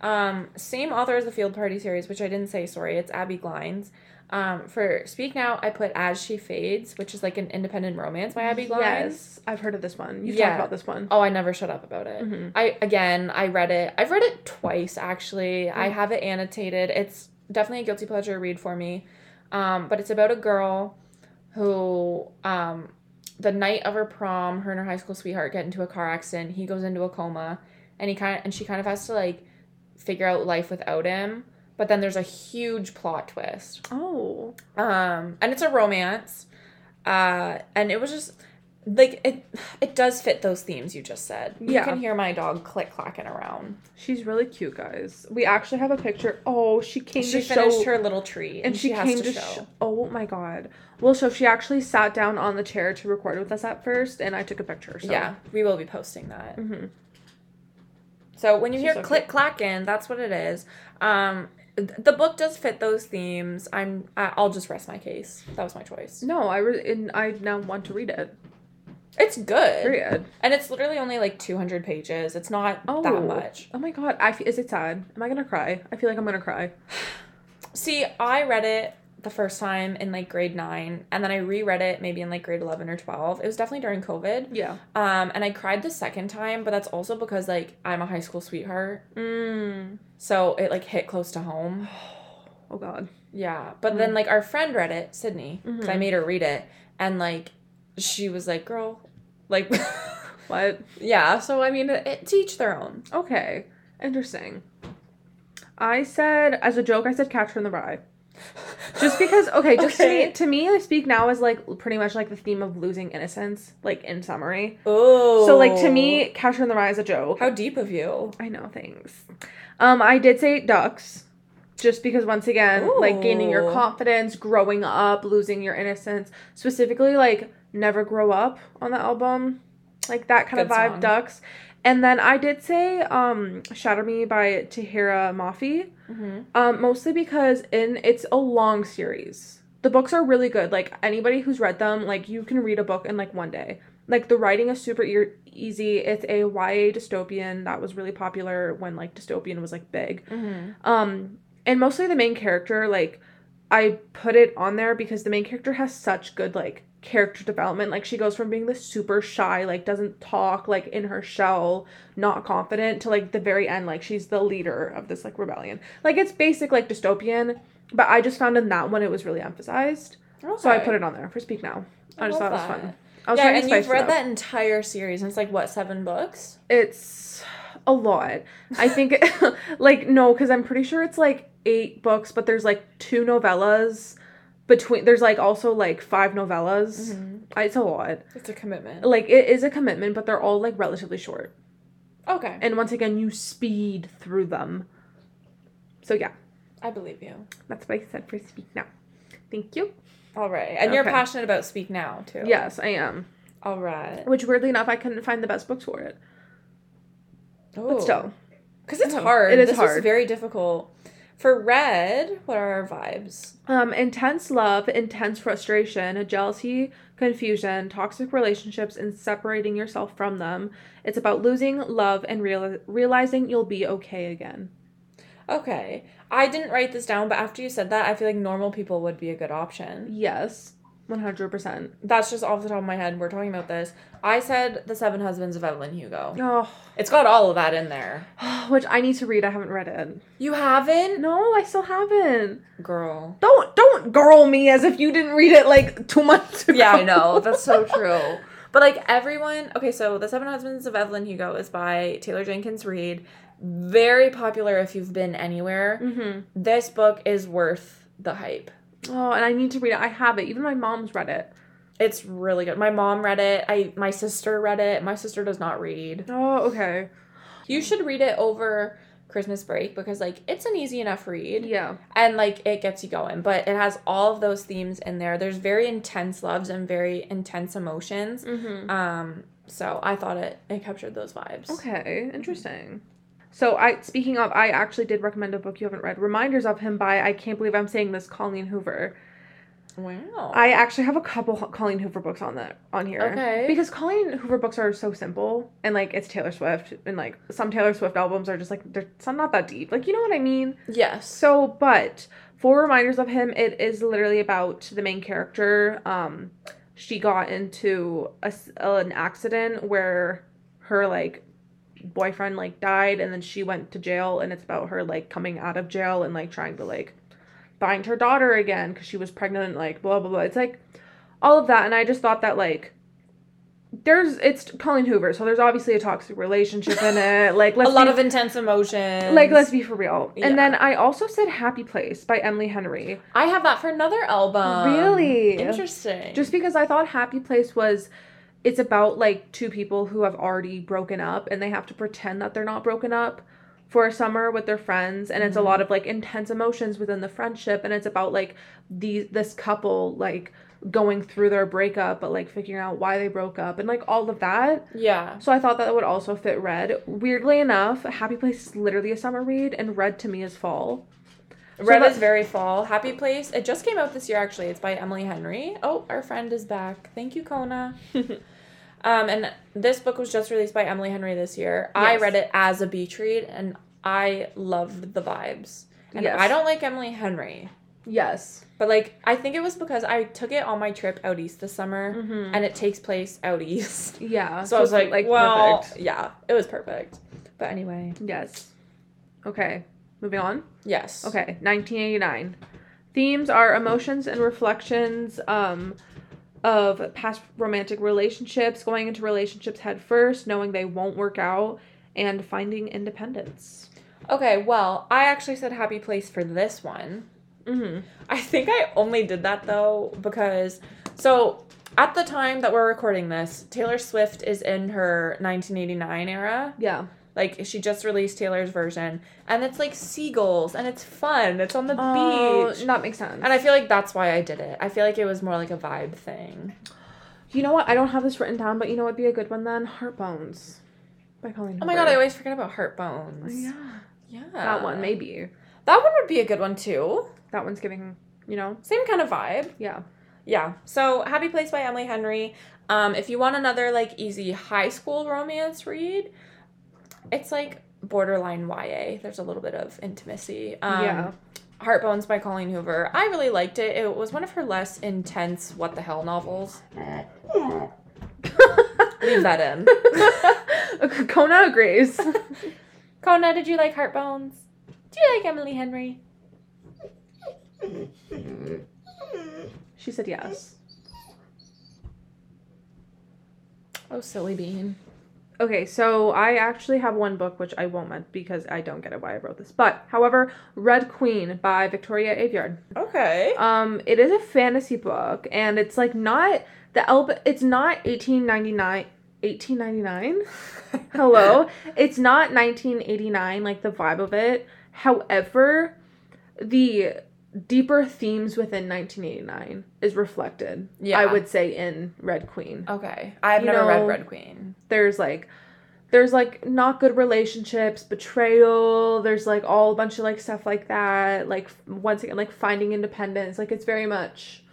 Speaker 1: um same author as the Field Party series, which I didn't say, sorry, it's Abby Glines. Um, for Speak Now, I put As She Fades, which is like an independent romance by Abby Glines.
Speaker 2: yes i've heard of this one you've
Speaker 1: Yeah.
Speaker 2: talked about this one
Speaker 1: Oh, I never shut up about it.
Speaker 2: Mhm.
Speaker 1: I again, I read it. I've read it twice actually. I have it annotated. It's definitely a guilty pleasure read for me. Um, but it's about a girl who um the night of her prom, her and her high school sweetheart get into a car accident. He goes into a coma and he kind of and she kind of has to like figure out life without him. But then there's a huge plot twist
Speaker 2: oh
Speaker 1: um and it's a romance uh and it was just like it it does fit those themes you just said
Speaker 2: Yeah.
Speaker 1: you can hear my dog click clacking around
Speaker 2: She's really cute, guys. We actually have a picture. Oh, she came
Speaker 1: she
Speaker 2: to
Speaker 1: finished
Speaker 2: show,
Speaker 1: her little tree
Speaker 2: and she, came to, show. oh my god. Well, so she actually sat down on the chair to record with us at first, and I took a picture. So.
Speaker 1: yeah we will be posting that
Speaker 2: hmm
Speaker 1: so when you
Speaker 2: She's
Speaker 1: hear
Speaker 2: so
Speaker 1: click clacking that's what it is um th- the book does fit those themes i'm I- i'll just rest my case that was my choice
Speaker 2: No, I re- and I now want to read it.
Speaker 1: it's good
Speaker 2: Period.
Speaker 1: and it's literally only like 200 pages it's not
Speaker 2: Oh.
Speaker 1: that much
Speaker 2: Oh my god. I f- is it sad? Am I gonna cry? I feel like I'm gonna cry.
Speaker 1: See, I read it the first time in like grade nine, and then I reread it maybe in like grade 11 or 12. It was definitely during COVID.
Speaker 2: Yeah.
Speaker 1: Um, and I cried the second time, but that's also because like I'm a high school sweetheart.
Speaker 2: Mm.
Speaker 1: So it like hit close to home. [SIGHS]
Speaker 2: Oh god.
Speaker 1: Yeah. But
Speaker 2: Mm.
Speaker 1: then like our friend read it, Sydney, 'cause I
Speaker 2: Mhm.
Speaker 1: made her read it. And like she was like, girl, like, [LAUGHS]
Speaker 2: What?
Speaker 1: yeah. So I mean, it, it's each their own.
Speaker 2: Okay. Interesting. I said as a joke. I said Catcher in the Rye. just because okay just
Speaker 1: Okay.
Speaker 2: to me to me i speak now is like pretty much like the theme of losing innocence like in summary
Speaker 1: [LAUGHS] Oh.
Speaker 2: so like to me catcher in the rye is a joke
Speaker 1: how deep of you.
Speaker 2: i know thanks um i did say ducks just because once again like gaining your
Speaker 1: Ooh.
Speaker 2: confidence growing up losing your innocence specifically like never grow up on the album like that kind of
Speaker 1: Good
Speaker 2: vibe
Speaker 1: song.
Speaker 2: ducks and then i did say um shatter me by tahira mafi
Speaker 1: Mm-hmm.
Speaker 2: um, mostly because in it's a long series. The books are really good. Like anybody who's read them, like you can read a book in like one day. Like the writing is super e- easy. It's a YA dystopian that was really popular when like dystopian was like big.
Speaker 1: Mm-hmm.
Speaker 2: Um, and mostly the main character, like I put it on there because the main character has such good like character development. Like she goes from being this super shy, like doesn't talk, like in her shell, not confident, to like the very end, like she's the leader of this like rebellion. Like it's basic like dystopian, but I just found in that one it was really emphasized,
Speaker 1: Mm-hmm.
Speaker 2: so I put it on there for Speak Now. I, just thought
Speaker 1: love
Speaker 2: it was
Speaker 1: that.
Speaker 2: fun. I was
Speaker 1: yeah,
Speaker 2: trying to
Speaker 1: and
Speaker 2: spice
Speaker 1: you've read
Speaker 2: it up.
Speaker 1: that entire series, and it's like what seven books?
Speaker 2: It's a lot. I think, [LAUGHS] like, no, because I'm pretty sure it's like eight books, but there's like two novellas between. There's like also like five novellas. I- It's a lot.
Speaker 1: It's a commitment.
Speaker 2: Like, it is a commitment, but they're all like relatively short.
Speaker 1: Okay,
Speaker 2: And once again, you speed through them. So, yeah.
Speaker 1: I believe you.
Speaker 2: That's what I said for Speak Now. Thank you.
Speaker 1: All right. And you're
Speaker 2: Okay.
Speaker 1: passionate about Speak Now, too.
Speaker 2: Yes, I am.
Speaker 1: All right.
Speaker 2: Which, weirdly enough, I couldn't find the best books for it. But still.
Speaker 1: Because it's
Speaker 2: No,
Speaker 1: Oh, hard.
Speaker 2: it is
Speaker 1: this
Speaker 2: hard.
Speaker 1: Was very difficult. For Red, what are our vibes?
Speaker 2: Um, intense love, intense frustration, jealousy, confusion, toxic relationships, and separating yourself from them. It's about losing love and real- realizing you'll be okay again.
Speaker 1: Okay. I didn't write this down, but after you said that, I feel like normal people would be a good option.
Speaker 2: Yes, 100%.
Speaker 1: That's just off the top of my head. We're talking about this. I said The Seven Husbands of Evelyn Hugo.
Speaker 2: Oh, [SIGHS]
Speaker 1: It's got all of that in there.
Speaker 2: which I need to read. I haven't read it.
Speaker 1: You haven't?
Speaker 2: No, I still haven't.
Speaker 1: Girl.
Speaker 2: Don't don't girl me as if you didn't read it like two [LAUGHS] months ago.
Speaker 1: Yeah, I know. That's so true. But like everyone, okay, so The Seven Husbands of Evelyn Hugo is by Taylor Jenkins Reid. Very popular if you've been anywhere.
Speaker 2: hmm
Speaker 1: This book is worth the hype.
Speaker 2: Oh, and I need to read it. I have it. Even my mom's read it.
Speaker 1: It's really good. My mom read it. I my sister read it. My sister does not read.
Speaker 2: Oh, okay.
Speaker 1: You should read it over Christmas break because like it's an easy enough read
Speaker 2: Yeah.
Speaker 1: and like it gets you going, but it has all of those themes in there. There's very intense loves and very intense emotions.
Speaker 2: Mm-hmm.
Speaker 1: Um so I thought it it captured those vibes.
Speaker 2: Okay, interesting. So I speaking of, I actually did recommend a book you haven't read, Reminders of Him by I can't believe I'm saying this, Colleen Hoover.
Speaker 1: Wow.
Speaker 2: I actually have a couple Ho- Colleen Hoover books on that on here.
Speaker 1: Okay.
Speaker 2: Because Colleen Hoover books are so simple and like it's Taylor Swift and like some Taylor Swift albums are just like they're some not that deep. Like you know what I mean?
Speaker 1: yes.
Speaker 2: So, but for reminders of him, it is literally about the main character. Um, she got into a s an accident where her like boyfriend like died, and then she went to jail, and it's about her like coming out of jail and like trying to like find her daughter again because she was pregnant. And, like blah blah blah. It's like all of that, and I just thought that like. There's it's Colleen Hoover, so there's obviously a toxic relationship in it. Like
Speaker 1: a
Speaker 2: let's
Speaker 1: lot
Speaker 2: be
Speaker 1: of intense emotions.
Speaker 2: like, let's be for real.
Speaker 1: Yeah.
Speaker 2: And then I also said Happy Place by Emily Henry.
Speaker 1: I have that for another album.
Speaker 2: Really?
Speaker 1: Interesting.
Speaker 2: Just because I thought Happy Place was it's about like two people who have already broken up and they have to pretend that they're not broken up for a summer with their friends and it's a
Speaker 1: Mhm.
Speaker 2: lot of like intense emotions within the friendship and it's about like these this couple like going through their breakup but like figuring out why they broke up and like all of that.
Speaker 1: yeah.
Speaker 2: So I thought that would also fit Red. Weirdly enough, Happy Place is literally a summer read and Red to me is fall.
Speaker 1: Red
Speaker 2: that-
Speaker 1: is very fall. Happy Place. It just came out this year, actually. It's by Emily Henry. Oh, our friend is back. Thank you,
Speaker 2: [LAUGHS]
Speaker 1: Kona. um, and this book was just released by Emily Henry this year. I
Speaker 2: Yes.
Speaker 1: read it as a beach read, and I loved the vibes. And
Speaker 2: Yes.
Speaker 1: I don't like Emily Henry,
Speaker 2: Yes.
Speaker 1: but like I think it was because I took it on my trip out east this summer,
Speaker 2: Mm-hmm.
Speaker 1: and it takes place out east.
Speaker 2: [LAUGHS] Yeah.
Speaker 1: So I was
Speaker 2: it's,
Speaker 1: like, well,
Speaker 2: perfect.
Speaker 1: yeah, it was perfect. But anyway,
Speaker 2: yes. Okay. Moving on.
Speaker 1: yes.
Speaker 2: Okay. 1989. Themes are emotions and reflections um, of past romantic relationships, going into relationships head first, knowing they won't work out, and finding independence.
Speaker 1: Okay, well, I actually said happy place for this one.
Speaker 2: Mm-hmm.
Speaker 1: I think I only did that though because so at the time that we're recording this, Taylor Swift is in her 1989 era.
Speaker 2: Yeah.
Speaker 1: Like she just released Taylor's version and it's like seagulls and it's fun. It's on the
Speaker 2: Oh,
Speaker 1: beach.
Speaker 2: that makes sense.
Speaker 1: And I feel like that's why I did it. I feel like it was more like a vibe thing.
Speaker 2: you know what? I don't have this written down, but you know what'd be a good one then? Heartbones by Colleen.
Speaker 1: Oh my god, I Uh, always forget about Heartbones.
Speaker 2: yeah.
Speaker 1: Yeah.
Speaker 2: That one, maybe.
Speaker 1: That one would be a good one too.
Speaker 2: That one's giving, you know?
Speaker 1: Same kind of vibe.
Speaker 2: Yeah.
Speaker 1: Yeah. So Happy Place by Emily Henry. Um, if you want another like easy high school romance read, it's like borderline YA. There's a little bit of intimacy. Um,
Speaker 2: yeah.
Speaker 1: Heartbones by Colleen Hoover. I really liked it. It was one of her less intense what the hell novels. Leave that in. [LAUGHS]
Speaker 2: [LAUGHS] Kona agrees.
Speaker 1: Kona, did you like Heartbones? Do you like Emily Henry?
Speaker 2: she said yes.
Speaker 1: Oh, silly bean.
Speaker 2: Okay, so I actually have one book which I won't mention because I don't get it why I wrote this. But however, Red Queen by Victoria Aveyard.
Speaker 1: Okay.
Speaker 2: Um, it is a fantasy book and it's like not the elb it's not 1899 1899 Hello. It's not 1989, like the vibe of it. However, the deeper themes within 1989 is reflected.
Speaker 1: Yeah.
Speaker 2: I would say in Red Queen.
Speaker 1: Okay. I've
Speaker 2: You
Speaker 1: never read
Speaker 2: know-
Speaker 1: Red Queen.
Speaker 2: There's like there's like not good relationships, betrayal, there's like all a bunch of like stuff like that, like f- once again like finding independence. Like it's very much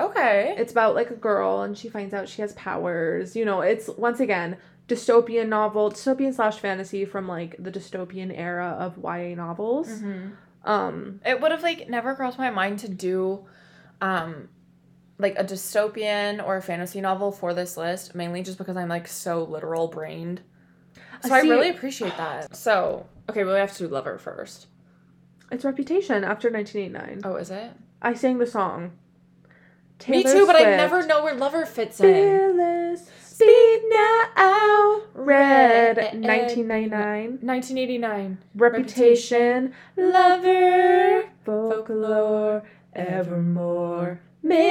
Speaker 1: Okay.
Speaker 2: it's about like a girl and she finds out she has powers. You know, it's once again dystopian novel, dystopian slash fantasy from like the dystopian era of YA novels.
Speaker 1: Mhm.
Speaker 2: Um
Speaker 1: It would have like never crossed my mind to do um like a dystopian or a fantasy novel for this list, mainly just because I'm like so literal brained. So I
Speaker 2: See-
Speaker 1: really appreciate that. Uh, [SIGHS] So okay, we have to do Lover first.
Speaker 2: it's Reputation after 1989.
Speaker 1: Oh, is it?
Speaker 2: I sang the song.
Speaker 1: Me too, but I never know where Lover fits in.
Speaker 2: Fearless, speak now,
Speaker 1: Red.
Speaker 2: red. 1999.
Speaker 1: 1989.
Speaker 2: Reputation, lover,
Speaker 1: folklore,
Speaker 2: folklore, evermore,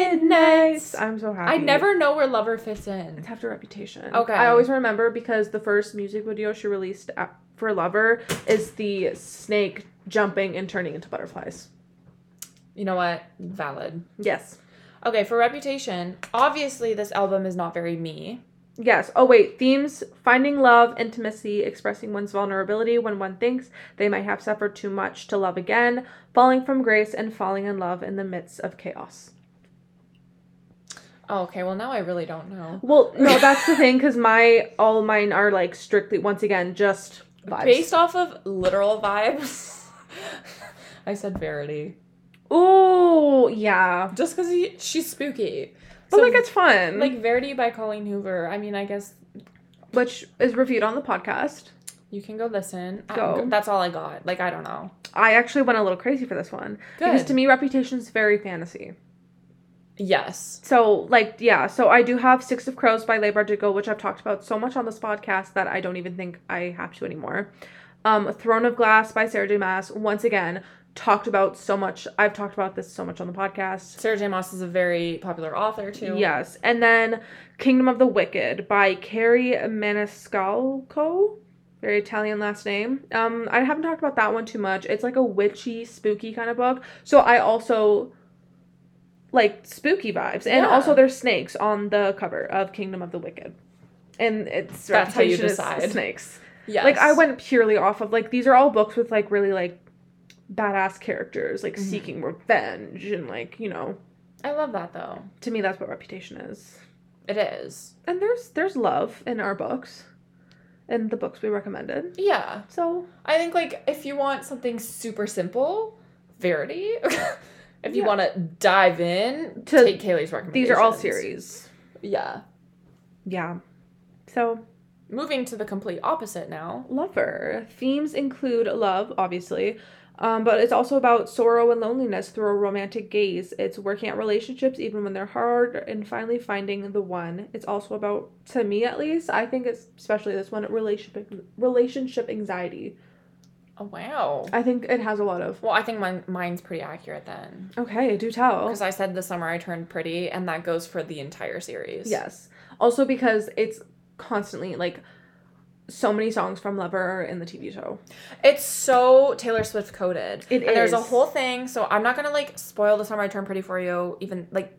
Speaker 2: midnights. I'm so happy.
Speaker 1: I never know where Lover fits in.
Speaker 2: It's after Reputation.
Speaker 1: Okay.
Speaker 2: I always remember because the first music video she released a- for Lover is the snake jumping and turning into butterflies.
Speaker 1: You know what? Valid.
Speaker 2: Yes.
Speaker 1: Okay, for Reputation, obviously this album is not very me.
Speaker 2: Yes. Oh, wait. Themes finding love, intimacy, expressing one's vulnerability when one thinks they might have suffered too much to love again, falling from grace, and falling in love in the midst of chaos.
Speaker 1: Oh, okay, well now I really don't know.
Speaker 2: Well, no, that's the thing because my all mine are like strictly, once again, just vibes.
Speaker 1: Based off of literal vibes, [LAUGHS] I said Verity.
Speaker 2: Oh, yeah.
Speaker 1: Just because she's spooky.
Speaker 2: But
Speaker 1: So,
Speaker 2: like, it's fun. Like,
Speaker 1: like Verity by Colleen Hoover. I mean, I guess
Speaker 2: which is reviewed on the podcast.
Speaker 1: you can go listen. I-
Speaker 2: Go.
Speaker 1: that's all I got. Like I don't know.
Speaker 2: I actually went a little crazy for this one because
Speaker 1: Good.
Speaker 2: to me, Reputation's very fantasy.
Speaker 1: yes.
Speaker 2: So, like, yeah, so I do have Six of Crows by Leigh Bardugo, which I've talked about so much on this podcast that I don't even think I have to anymore. Um, Throne of Glass by Sarah J. Mass, once again, talked about so much. I've talked about this so much on the podcast.
Speaker 1: Sarah J. Moss is a very popular author too.
Speaker 2: Yes. And then Kingdom of the Wicked by Carrie Maniscalco. Very Italian last name. Um, I haven't talked about that one too much. It's like a witchy, spooky kind of book. So I also like spooky vibes. And
Speaker 1: Yeah.
Speaker 2: also there's snakes on the cover of Kingdom of the Wicked. And it's
Speaker 1: That's how you
Speaker 2: reputation is
Speaker 1: decide.
Speaker 2: snakes.
Speaker 1: Yes.
Speaker 2: Like I went purely off of like these are all books with like really like badass characters, like
Speaker 1: Mhm.
Speaker 2: seeking revenge and like, you know,
Speaker 1: I love that though.
Speaker 2: to me that's what reputation is
Speaker 1: It is.
Speaker 2: and there's there's love in our books in the books we recommended
Speaker 1: Yeah.
Speaker 2: so
Speaker 1: I think like if you want something super simple, Verity. [LAUGHS] if you
Speaker 2: Yeah.
Speaker 1: want to dive in,
Speaker 2: To-
Speaker 1: take Kaylee's recommendations.
Speaker 2: these are all series
Speaker 1: Yeah.
Speaker 2: yeah so
Speaker 1: Moving to the complete opposite now.
Speaker 2: lover themes include love obviously um, but it's also about sorrow and loneliness through a romantic gaze it's working at relationships even when they're hard and finally finding the one it's also about to me at least i think it's especially this one relationship relationship anxiety
Speaker 1: Oh wow.
Speaker 2: i think it has a lot of
Speaker 1: Well, I think mine, mine's pretty accurate then.
Speaker 2: okay do tell
Speaker 1: Because I said the summer I turned pretty, and that goes for the entire series.
Speaker 2: Yes. Also because it's constantly like so many songs from Lover in the TV show.
Speaker 1: It's so Taylor Swift coded.
Speaker 2: It
Speaker 1: and there's a
Speaker 2: is.
Speaker 1: whole thing, so I'm not gonna like spoil the summer I turned pretty for you, even like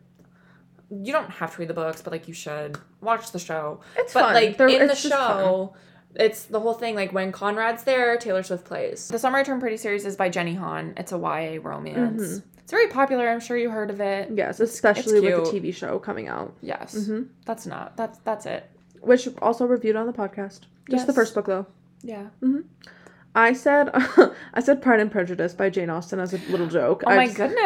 Speaker 1: you don't have to read the books, but like you should watch the show.
Speaker 2: It's
Speaker 1: but
Speaker 2: fun.
Speaker 1: like
Speaker 2: They're-
Speaker 1: in the
Speaker 2: it's just fun.
Speaker 1: show it's the whole thing like when conrad's there taylor swift plays the summer i turned pretty series is by jenny hahn it's a ya romance
Speaker 2: Mm-hmm.
Speaker 1: it's very popular i'm sure you heard of it
Speaker 2: Yes, especially with the
Speaker 1: cute.
Speaker 2: TV show coming out,
Speaker 1: yes
Speaker 2: Mhm.
Speaker 1: that's not that's that's it
Speaker 2: which also reviewed on the podcast. Just the
Speaker 1: Yes.
Speaker 2: first book though.
Speaker 1: yeah
Speaker 2: I said [LAUGHS] I said Pride and Prejudice by Jane Austen as a little joke.
Speaker 1: oh
Speaker 2: I
Speaker 1: my
Speaker 2: just,
Speaker 1: goodness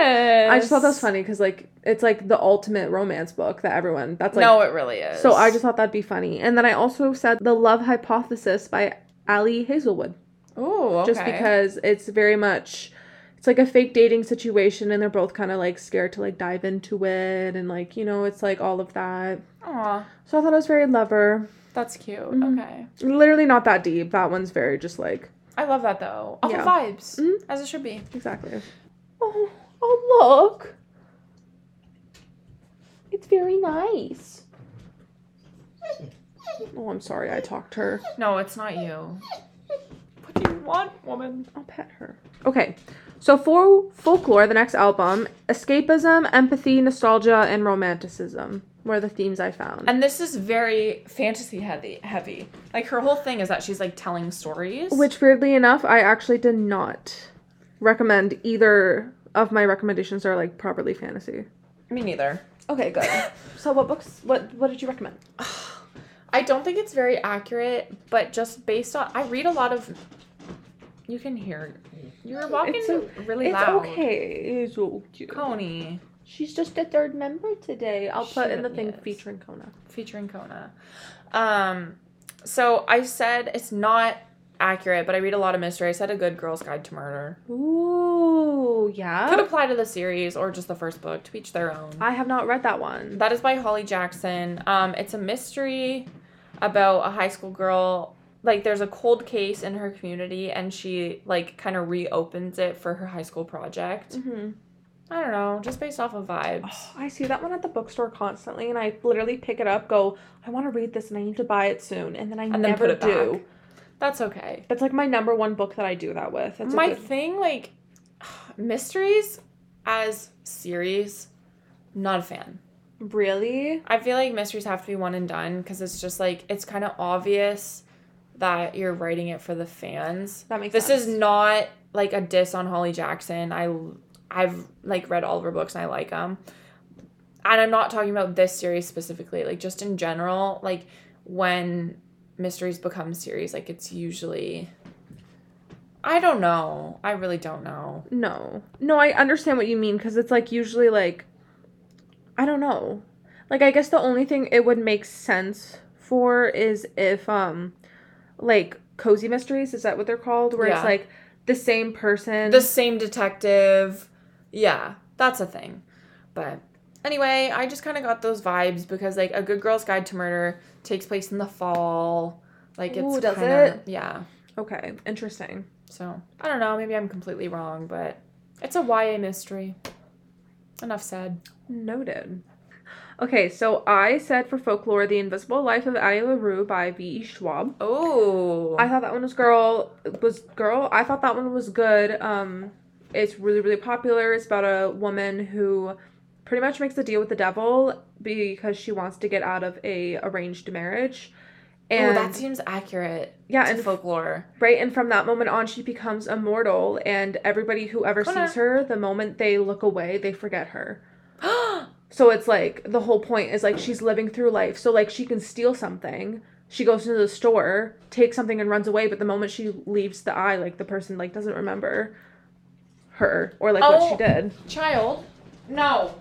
Speaker 2: I just thought that was funny because like it's like the ultimate romance book that everyone that's like
Speaker 1: no it really is
Speaker 2: so I just thought that'd be funny. And then I also said The Love Hypothesis by Allie Hazelwood.
Speaker 1: oh
Speaker 2: just because it's very much it's like a fake dating situation and they're both kind of like scared to like dive into it and like you know it's like all of that
Speaker 1: Aw,
Speaker 2: so i thought it was very lover
Speaker 1: that's cute
Speaker 2: Mhm.
Speaker 1: okay
Speaker 2: literally not that deep that one's very just like
Speaker 1: i love that though off
Speaker 2: Yeah.
Speaker 1: of vibes
Speaker 2: Mhm.
Speaker 1: as it should be
Speaker 2: exactly oh oh look it's very nice oh i'm sorry i talked to her [LAUGHS]
Speaker 1: no it's not you what do you want woman
Speaker 2: I'll pet her. Okay. So for folklore, the next album, escapism, empathy, nostalgia, and romanticism were the themes I found.
Speaker 1: And this is very fantasy heavy. Heavy. Like her whole thing is that she's like telling stories.
Speaker 2: Which weirdly enough, I actually did not recommend either of my recommendations are like properly fantasy.
Speaker 1: me neither.
Speaker 2: Okay, good. [LAUGHS] so what books what what did you recommend?
Speaker 1: I don't think it's very accurate, but just based on I read a lot of. You can hear. You're walking
Speaker 2: It's o-
Speaker 1: really
Speaker 2: It's
Speaker 1: loud.
Speaker 2: okay. It's okay.
Speaker 1: Coney
Speaker 2: She's just a third member today. I'll put
Speaker 1: She
Speaker 2: in the
Speaker 1: really
Speaker 2: thing
Speaker 1: is.
Speaker 2: featuring Kona.
Speaker 1: featuring Kona. Um, so I said it's not accurate, but I read a lot of mystery. I said a good girl's guide to murder
Speaker 2: Ooh,
Speaker 1: could
Speaker 2: yeah.
Speaker 1: apply to the series or just the first book. To each their own.
Speaker 2: I have not read that one.
Speaker 1: That is by Holly Jackson. Um, it's a mystery about a high school girl. Like, there's a cold case in her community, and she like kind of reopens it for her high school project.
Speaker 2: hmm
Speaker 1: I don't know, just based off of vibes.
Speaker 2: Oh, I see that one at the bookstore constantly, and I literally pick it up, go, I want to read this, and I need to buy it soon, and then I
Speaker 1: And then
Speaker 2: never
Speaker 1: put it
Speaker 2: do.
Speaker 1: back. That's okay.
Speaker 2: That's like my number one book that I do that with. It's a
Speaker 1: My
Speaker 2: good-
Speaker 1: thing, like, [SIGHS] mysteries as series, not a fan.
Speaker 2: really
Speaker 1: I feel like mysteries have to be one and done because it's just like it's kind of obvious that you're writing it for the fans.
Speaker 2: that makes
Speaker 1: This
Speaker 2: sense.
Speaker 1: is not like a diss on Holly Jackson. I I've like read all of her books and I like them. And I'm not talking about this series specifically, like just in general, like when mysteries become series, like it's usually I don't know. I really don't know.
Speaker 2: no no. I understand what you mean because it's like usually like I don't know. Like I guess the only thing it would make sense for is if um like cozy mysteries is that what they're called where
Speaker 1: Yeah.
Speaker 2: it's like the same person
Speaker 1: The same detective. Yeah, that's a thing. But anyway, I just kind of got those vibes because like A Good Girl's Guide to Murder takes place in the fall. Like it's
Speaker 2: Ooh, does
Speaker 1: kinda,
Speaker 2: it?
Speaker 1: Yeah.
Speaker 2: okay interesting
Speaker 1: So I don't know. Maybe I'm completely wrong, but it's a YA mystery. Enough said.
Speaker 2: Noted. Okay, so I said for folklore, The Invisible Life of Addie LaRue by V.E. Schwab.
Speaker 1: Oh,
Speaker 2: I thought that one was girl was girl. I thought that one was good. Um, it's really really popular. It's about a woman who pretty much makes a deal with the devil because she wants to get out of a arranged marriage. And
Speaker 1: oh, that seems accurate
Speaker 2: yeah,
Speaker 1: to
Speaker 2: and
Speaker 1: folklore.
Speaker 2: Right, and from that moment on, she becomes immortal, and everybody who ever
Speaker 1: Connor.
Speaker 2: sees her, the moment they look away, they forget her. so it's like the whole point is like she's living through life. So like she can steal something, she goes into the store, takes something, and runs away. But the moment she leaves the eye, like the person like doesn't remember her or like what
Speaker 1: Oh.
Speaker 2: she did.
Speaker 1: [GASPS] Child, no,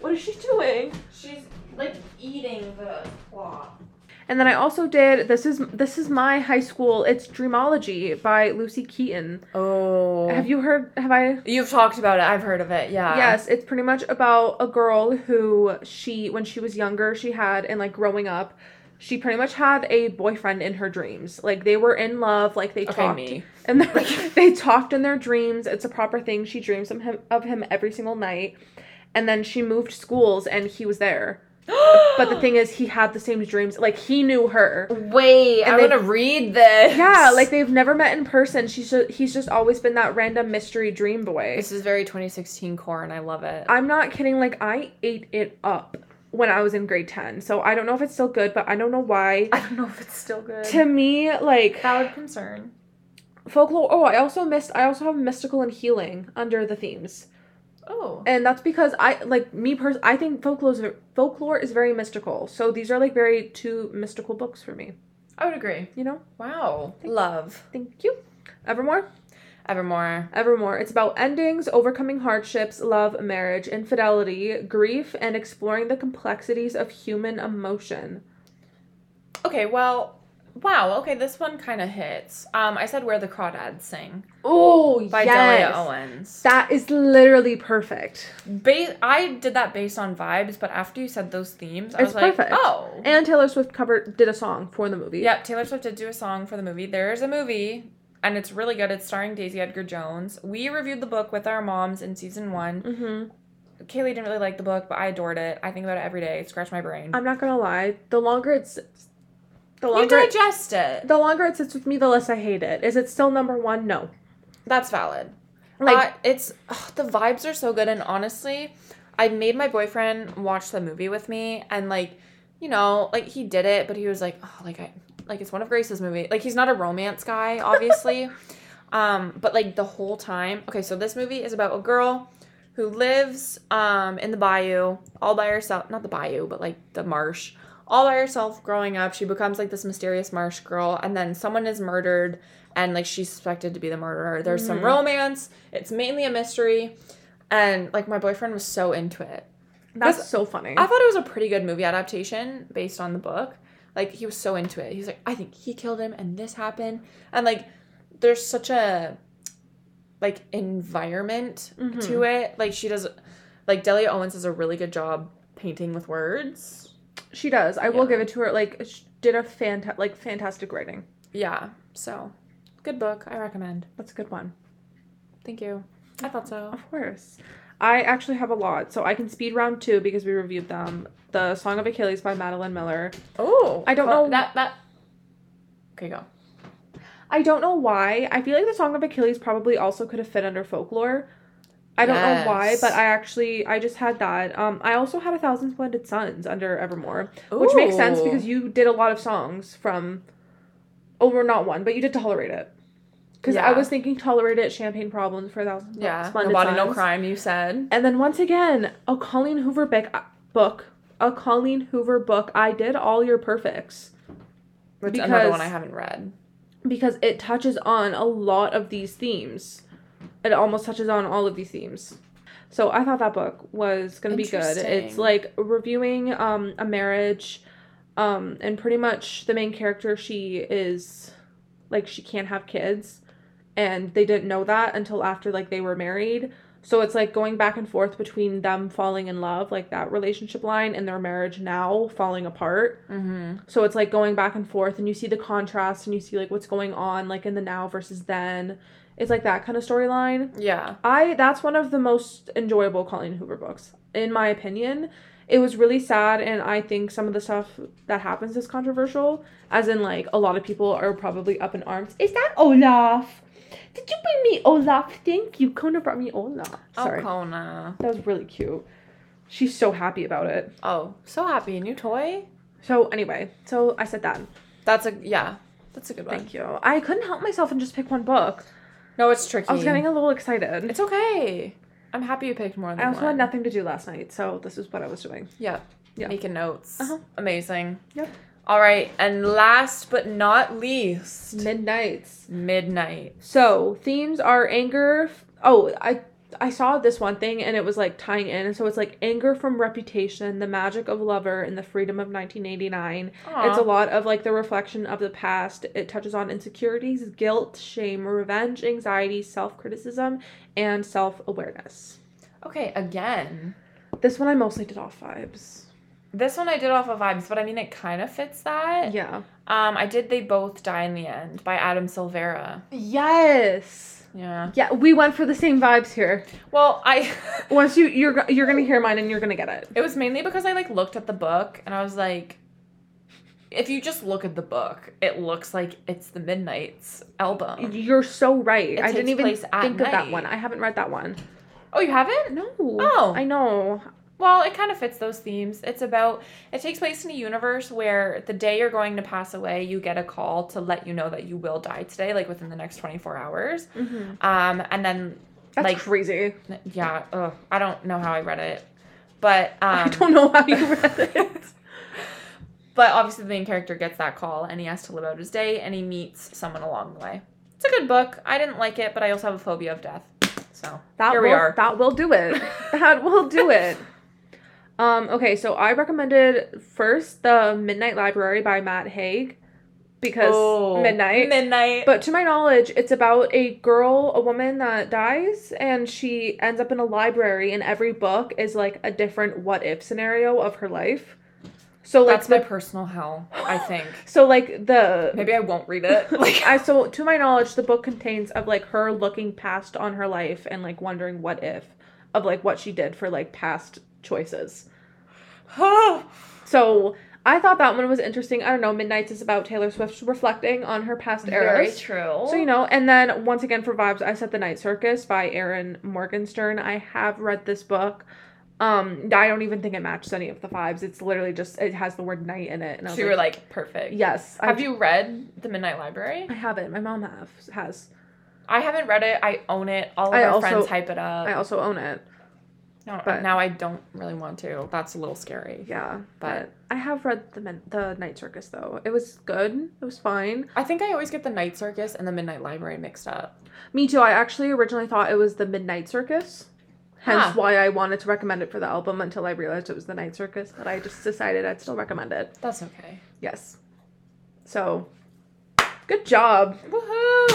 Speaker 2: What is she doing?
Speaker 1: she's like eating the plot.
Speaker 2: And then I also did this is this is my high school. It's Dreamology by Lucy Keaton.
Speaker 1: Oh, Ah.
Speaker 2: Have you heard? Have I?
Speaker 1: You've talked about it. I've heard of it. Yeah.
Speaker 2: Yes, it's pretty much about a girl who she when she was younger, she had and like growing up, she pretty much had a boyfriend in her dreams. Like they were in love, like they
Speaker 1: Okay,
Speaker 2: talked
Speaker 1: me. [GASPS]
Speaker 2: and they- [LAUGHS] they talked in their dreams. It's a proper thing. She dreams of him of him every single night. And then she moved schools and he was there.
Speaker 1: [GASPS]
Speaker 2: But the thing is he had the same dreams. Like he knew her.
Speaker 1: Wait, I
Speaker 2: they-
Speaker 1: want to read this.
Speaker 2: Yeah, like they've never met in person. She's just, he's just always been that random mystery dream boy.
Speaker 1: this is very 2016 core, and I love it.
Speaker 2: I'm not kidding. Like I ate it up when I was in grade ten. So I don't know if it's still good, but I don't know why.
Speaker 1: I don't know if it's still good.
Speaker 2: To me, like
Speaker 1: Valid concern.
Speaker 2: folklore. Oh, I also missed. I also have mystical and healing under the themes,
Speaker 1: Oh,
Speaker 2: and that's because I like me. Pers- I think folklore is folklore is very mystical. So these are like very two mystical books for me.
Speaker 1: I would agree.
Speaker 2: You know.
Speaker 1: Wow, love.
Speaker 2: Thank you. Evermore.
Speaker 1: Evermore.
Speaker 2: Evermore. It's about endings, overcoming hardships, love, marriage, infidelity, grief, and exploring the complexities of human emotion.
Speaker 1: Okay, well, wow. Okay, this one kind of hits. Um, I said "Where the Crawdads Sing"
Speaker 2: Oh,
Speaker 1: by
Speaker 2: yes.
Speaker 1: Delia Owens.
Speaker 2: That is literally perfect.
Speaker 1: Ba- I did that based on vibes, but after you said those themes, I
Speaker 2: It's
Speaker 1: was like,
Speaker 2: perfect.
Speaker 1: oh,
Speaker 2: And Taylor Swift covered did a song for the movie.
Speaker 1: yep. Taylor Swift did do a song for the movie. There is a movie, and it's really good. It's starring Daisy Edgar Jones. We reviewed the book with our moms in season one.
Speaker 2: hmm
Speaker 1: Kaylee didn't really like the book, but I adored it. I think about it every day. It scratched my brain.
Speaker 2: I'm not gonna lie. The longer it's, the
Speaker 1: you
Speaker 2: longer it,
Speaker 1: digest it.
Speaker 2: the longer it sits with me, the less I hate it. Is it still number one? No.
Speaker 1: That's valid.
Speaker 2: Like-
Speaker 1: Uh, it's ugh, the vibes are so good, and honestly, I made my boyfriend watch the movie with me, and like, you know, like he did it, but he was like, oh, like I, like it's one of Grace's movie. Like he's not a romance guy, obviously, um, but like the whole time. Okay, so this movie is about a girl who lives um in the bayou all by herself. Not the bayou, but like the marsh. All by herself growing up, she becomes like this mysterious marsh girl, and then someone is murdered, and like she's suspected to be the murderer. There's some
Speaker 2: Mhm.
Speaker 1: romance, it's mainly a mystery, and like my boyfriend was so into it.
Speaker 2: That's
Speaker 1: That's-
Speaker 2: so funny.
Speaker 1: I thought it was a pretty good movie adaptation based on the book. Like he was so into it. He's like, I think he killed him and this happened. And like there's such a like environment
Speaker 2: Mhm.
Speaker 1: to it. Like she does like Delia Owens does a really good job painting with words.
Speaker 2: she does. I will
Speaker 1: Yeah.
Speaker 2: give it to her. Like she did a fanta- like fantastic writing.
Speaker 1: Yeah. So good book. I recommend.
Speaker 2: That's a good one.
Speaker 1: Thank you. I thought so.
Speaker 2: Of course. I actually have a lot, so I can speed round two because we reviewed them. The Song of Achilles by Madeline Miller.
Speaker 1: Oh.
Speaker 2: I don't know-
Speaker 1: that that Okay, go.
Speaker 2: I don't know why. I feel like the Song of Achilles probably also could have fit under folklore. I don't know why,
Speaker 1: Yes.
Speaker 2: but I actually I just had that. Um, I also had a Thousand Splendid Suns under Evermore, which makes sense
Speaker 1: Ooh.
Speaker 2: because you did a lot of songs from. Oh, well, not one, but you did tolerate it. Because I
Speaker 1: Yeah.
Speaker 2: was thinking tolerate it, champagne problems for a thousand
Speaker 1: Yeah.
Speaker 2: splendid
Speaker 1: No body, no
Speaker 2: Suns.
Speaker 1: crime, you said.
Speaker 2: And then once again, a Colleen Hoover book, uh, book, a Colleen Hoover book. I did all your perfects
Speaker 1: Which
Speaker 2: Because-
Speaker 1: another one I haven't read.
Speaker 2: because it touches on a lot of these themes. It almost touches on all of these themes. So I thought that book was gonna be good. It's
Speaker 1: Interesting.
Speaker 2: like reviewing um, a marriage, um, and pretty much the main character she is, like she can't have kids, and they didn't know that until after like they were married. So it's like going back and forth between them falling in love, like that relationship line, and their marriage now falling apart.
Speaker 1: Mm-hmm.
Speaker 2: So it's like going back and forth, and you see the contrast, and you see like what's going on, like in the now versus then. It's like that kind of storyline.
Speaker 1: Yeah.
Speaker 2: I that's one of the most enjoyable Colleen Hoover books, in my opinion. It was really sad, and I think some of the stuff that happens is controversial. As in, like a lot of people are probably up in arms. Is that Olaf? Did you bring me Olaf? Thank you. Kona brought me Olaf. Sorry,
Speaker 1: Oh, Kona.
Speaker 2: that was really cute. She's so happy about it.
Speaker 1: Oh, so happy. New toy?
Speaker 2: So anyway, so I said that.
Speaker 1: That's a, yeah, that's a good one.
Speaker 2: Thank you. I couldn't help myself and just pick one book.
Speaker 1: No, it's tricky.
Speaker 2: I was getting a little excited.
Speaker 1: It's okay. I'm happy you picked more than
Speaker 2: I also
Speaker 1: one.
Speaker 2: had nothing to do last night, so this is what I was doing.
Speaker 1: Yep.
Speaker 2: Yeah.
Speaker 1: Making notes.
Speaker 2: Uh-huh.
Speaker 1: Amazing.
Speaker 2: Yep.
Speaker 1: All right. And last but not least,
Speaker 2: Midnights.
Speaker 1: Midnight.
Speaker 2: So themes are anger. f- Oh, I I saw this one thing and it was like tying in, and so it's like anger from Reputation, the magic of Lover, and the freedom of 1989. It's a
Speaker 1: Aw.
Speaker 2: lot of like the reflection of the past. It touches on insecurities, guilt, shame, revenge, anxiety, self criticism, and self awareness.
Speaker 1: Okay, again.
Speaker 2: This one I mostly did off vibes.
Speaker 1: This one I did off of vibes, but I mean, it kind of fits that.
Speaker 2: Yeah.
Speaker 1: Um, I did They Both Die in the End by Adam Silvera.
Speaker 2: Yes.
Speaker 1: Yeah.
Speaker 2: Yeah, we went for the same vibes here.
Speaker 1: Well, I. [LAUGHS]
Speaker 2: Once you you're go- you're gonna hear mine and you're gonna get it.
Speaker 1: It was mainly because I like looked at the book and I was like, if you just look at the book, it looks like it's the Midnight's album.
Speaker 2: You're so right.
Speaker 1: It
Speaker 2: I didn't
Speaker 1: takes
Speaker 2: even
Speaker 1: place
Speaker 2: think
Speaker 1: at
Speaker 2: of that
Speaker 1: night.
Speaker 2: one. I haven't read that one.
Speaker 1: Oh, you haven't?
Speaker 2: No.
Speaker 1: Oh.
Speaker 2: I know.
Speaker 1: Well, it kind of fits those themes. It's about it takes place in a universe where the day you're going to pass away, you get a call to let you know that you will die today, like within the next 24 hours. Um, and then
Speaker 2: That's
Speaker 1: Like-
Speaker 2: crazy.
Speaker 1: yeah, ugh, I don't know how I read it, but um,
Speaker 2: I don't know how you read
Speaker 1: [LAUGHS]
Speaker 2: it.
Speaker 1: But obviously, the main character gets that call and he has to live out his day and he meets someone along the way. It's a good book. I didn't like it, but I also have a phobia of death. So
Speaker 2: That
Speaker 1: here
Speaker 2: will,
Speaker 1: we are.
Speaker 2: That will
Speaker 1: [LAUGHS]
Speaker 2: do it. that will do it. Um, okay, so I recommended first the Midnight Library by Matt Haig because
Speaker 1: Oh.
Speaker 2: midnight.
Speaker 1: Midnight.
Speaker 2: But to my knowledge, it's about a girl, a woman that dies, and she ends up in a library, and every book is like a different what if scenario of her life. So like
Speaker 1: That's my
Speaker 2: the,
Speaker 1: personal
Speaker 2: [GASPS]
Speaker 1: hell, I think.
Speaker 2: so like the
Speaker 1: Maybe I won't read it.
Speaker 2: [LAUGHS]
Speaker 1: Like, [SIGHS]
Speaker 2: I so to my knowledge, the book contains of like her looking past on her life and like wondering what if
Speaker 1: oh.
Speaker 2: of like what she did for like past choices. So I thought that one was interesting. I don't know. Midnight's is about Taylor Swift reflecting on her past
Speaker 1: Very
Speaker 2: eras.
Speaker 1: true.
Speaker 2: So you know, and then once again for vibes, I said The Night Circus by Aaron Morgenstern. I have read this book. Um, I don't even think it matched any of the vibes. It's literally just it has the word night in it. And I
Speaker 1: So
Speaker 2: was
Speaker 1: you were like, perfect.
Speaker 2: yes.
Speaker 1: Have
Speaker 2: I've-
Speaker 1: you read The Midnight Library?
Speaker 2: I haven't. My mom have, has.
Speaker 1: I haven't read it. I own it. All of
Speaker 2: I
Speaker 1: our
Speaker 2: also-
Speaker 1: friends hype it up.
Speaker 2: I also own it.
Speaker 1: no,
Speaker 2: but-
Speaker 1: now I don't really want to. That's a little scary.
Speaker 2: Yeah,
Speaker 1: But-
Speaker 2: but I have read the men- the Night Circus though. It was good. It was fine.
Speaker 1: I think I always get the Night Circus and the Midnight Library mixed up.
Speaker 2: Me too. I actually originally thought it was the Midnight Circus. Hence
Speaker 1: Huh.
Speaker 2: why I wanted to recommend it for the album until I realized it was the Night Circus that I just decided I'd still recommend it.
Speaker 1: That's okay.
Speaker 2: Yes. So, good job.
Speaker 1: Woohoo!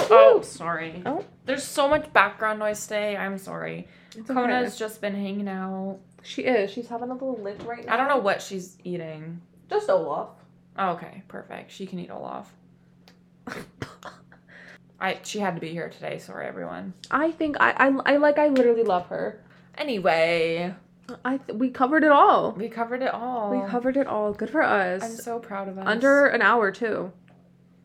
Speaker 1: Oh,
Speaker 2: Woo.
Speaker 1: sorry.
Speaker 2: Oh.
Speaker 1: There's so much background noise today. I'm sorry.
Speaker 2: It's
Speaker 1: Kona's just been hanging out.
Speaker 2: She is. She's having a little lid right now.
Speaker 1: I don't know what she's eating.
Speaker 2: Just Olaf.
Speaker 1: Oh, okay, perfect. She can eat Olaf. I she had to be here today. Sorry, everyone.
Speaker 2: [LAUGHS] I think I, I I like I literally love her.
Speaker 1: Anyway,
Speaker 2: I th- we covered it all.
Speaker 1: we covered it all.
Speaker 2: We covered it all. Good for us.
Speaker 1: Oh. I'm so proud of us.
Speaker 2: Under an hour too.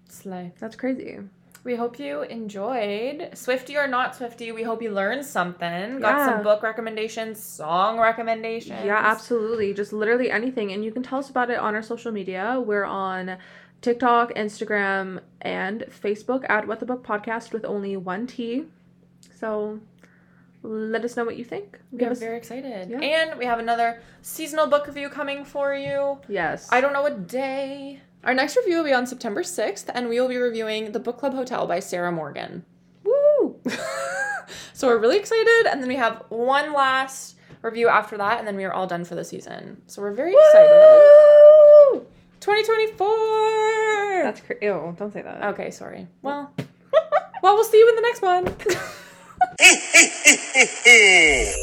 Speaker 1: Slay.
Speaker 2: That's crazy.
Speaker 1: We hope you enjoyed. Swifty or not Swifty, we hope you learned something. Got some
Speaker 2: Yeah.
Speaker 1: book recommendations, song recommendations.
Speaker 2: Yeah, absolutely. Just literally anything. And you can tell us about it on our social media. We're on TikTok, Instagram, and Facebook at What the Book Podcast with only one T. So let us know what you think.
Speaker 1: We
Speaker 2: Give
Speaker 1: are
Speaker 2: us
Speaker 1: very excited.
Speaker 2: Yeah.
Speaker 1: And we have another seasonal book review coming for you.
Speaker 2: yes.
Speaker 1: I don't know what day. Our next review will be on September 6th, and we will be reviewing The Book Club Hotel by Sarah Morgan.
Speaker 2: Woo!
Speaker 1: [LAUGHS] so we're really excited, and then we have one last review after that, and then we are all done for the season. So we're very excited.
Speaker 2: Woo!
Speaker 1: 2024!
Speaker 2: That's crazy. Ew, don't say that.
Speaker 1: Okay, sorry. Well, [LAUGHS] well, we'll see you in the next one.
Speaker 3: Ho, ho, ho, ho, ho.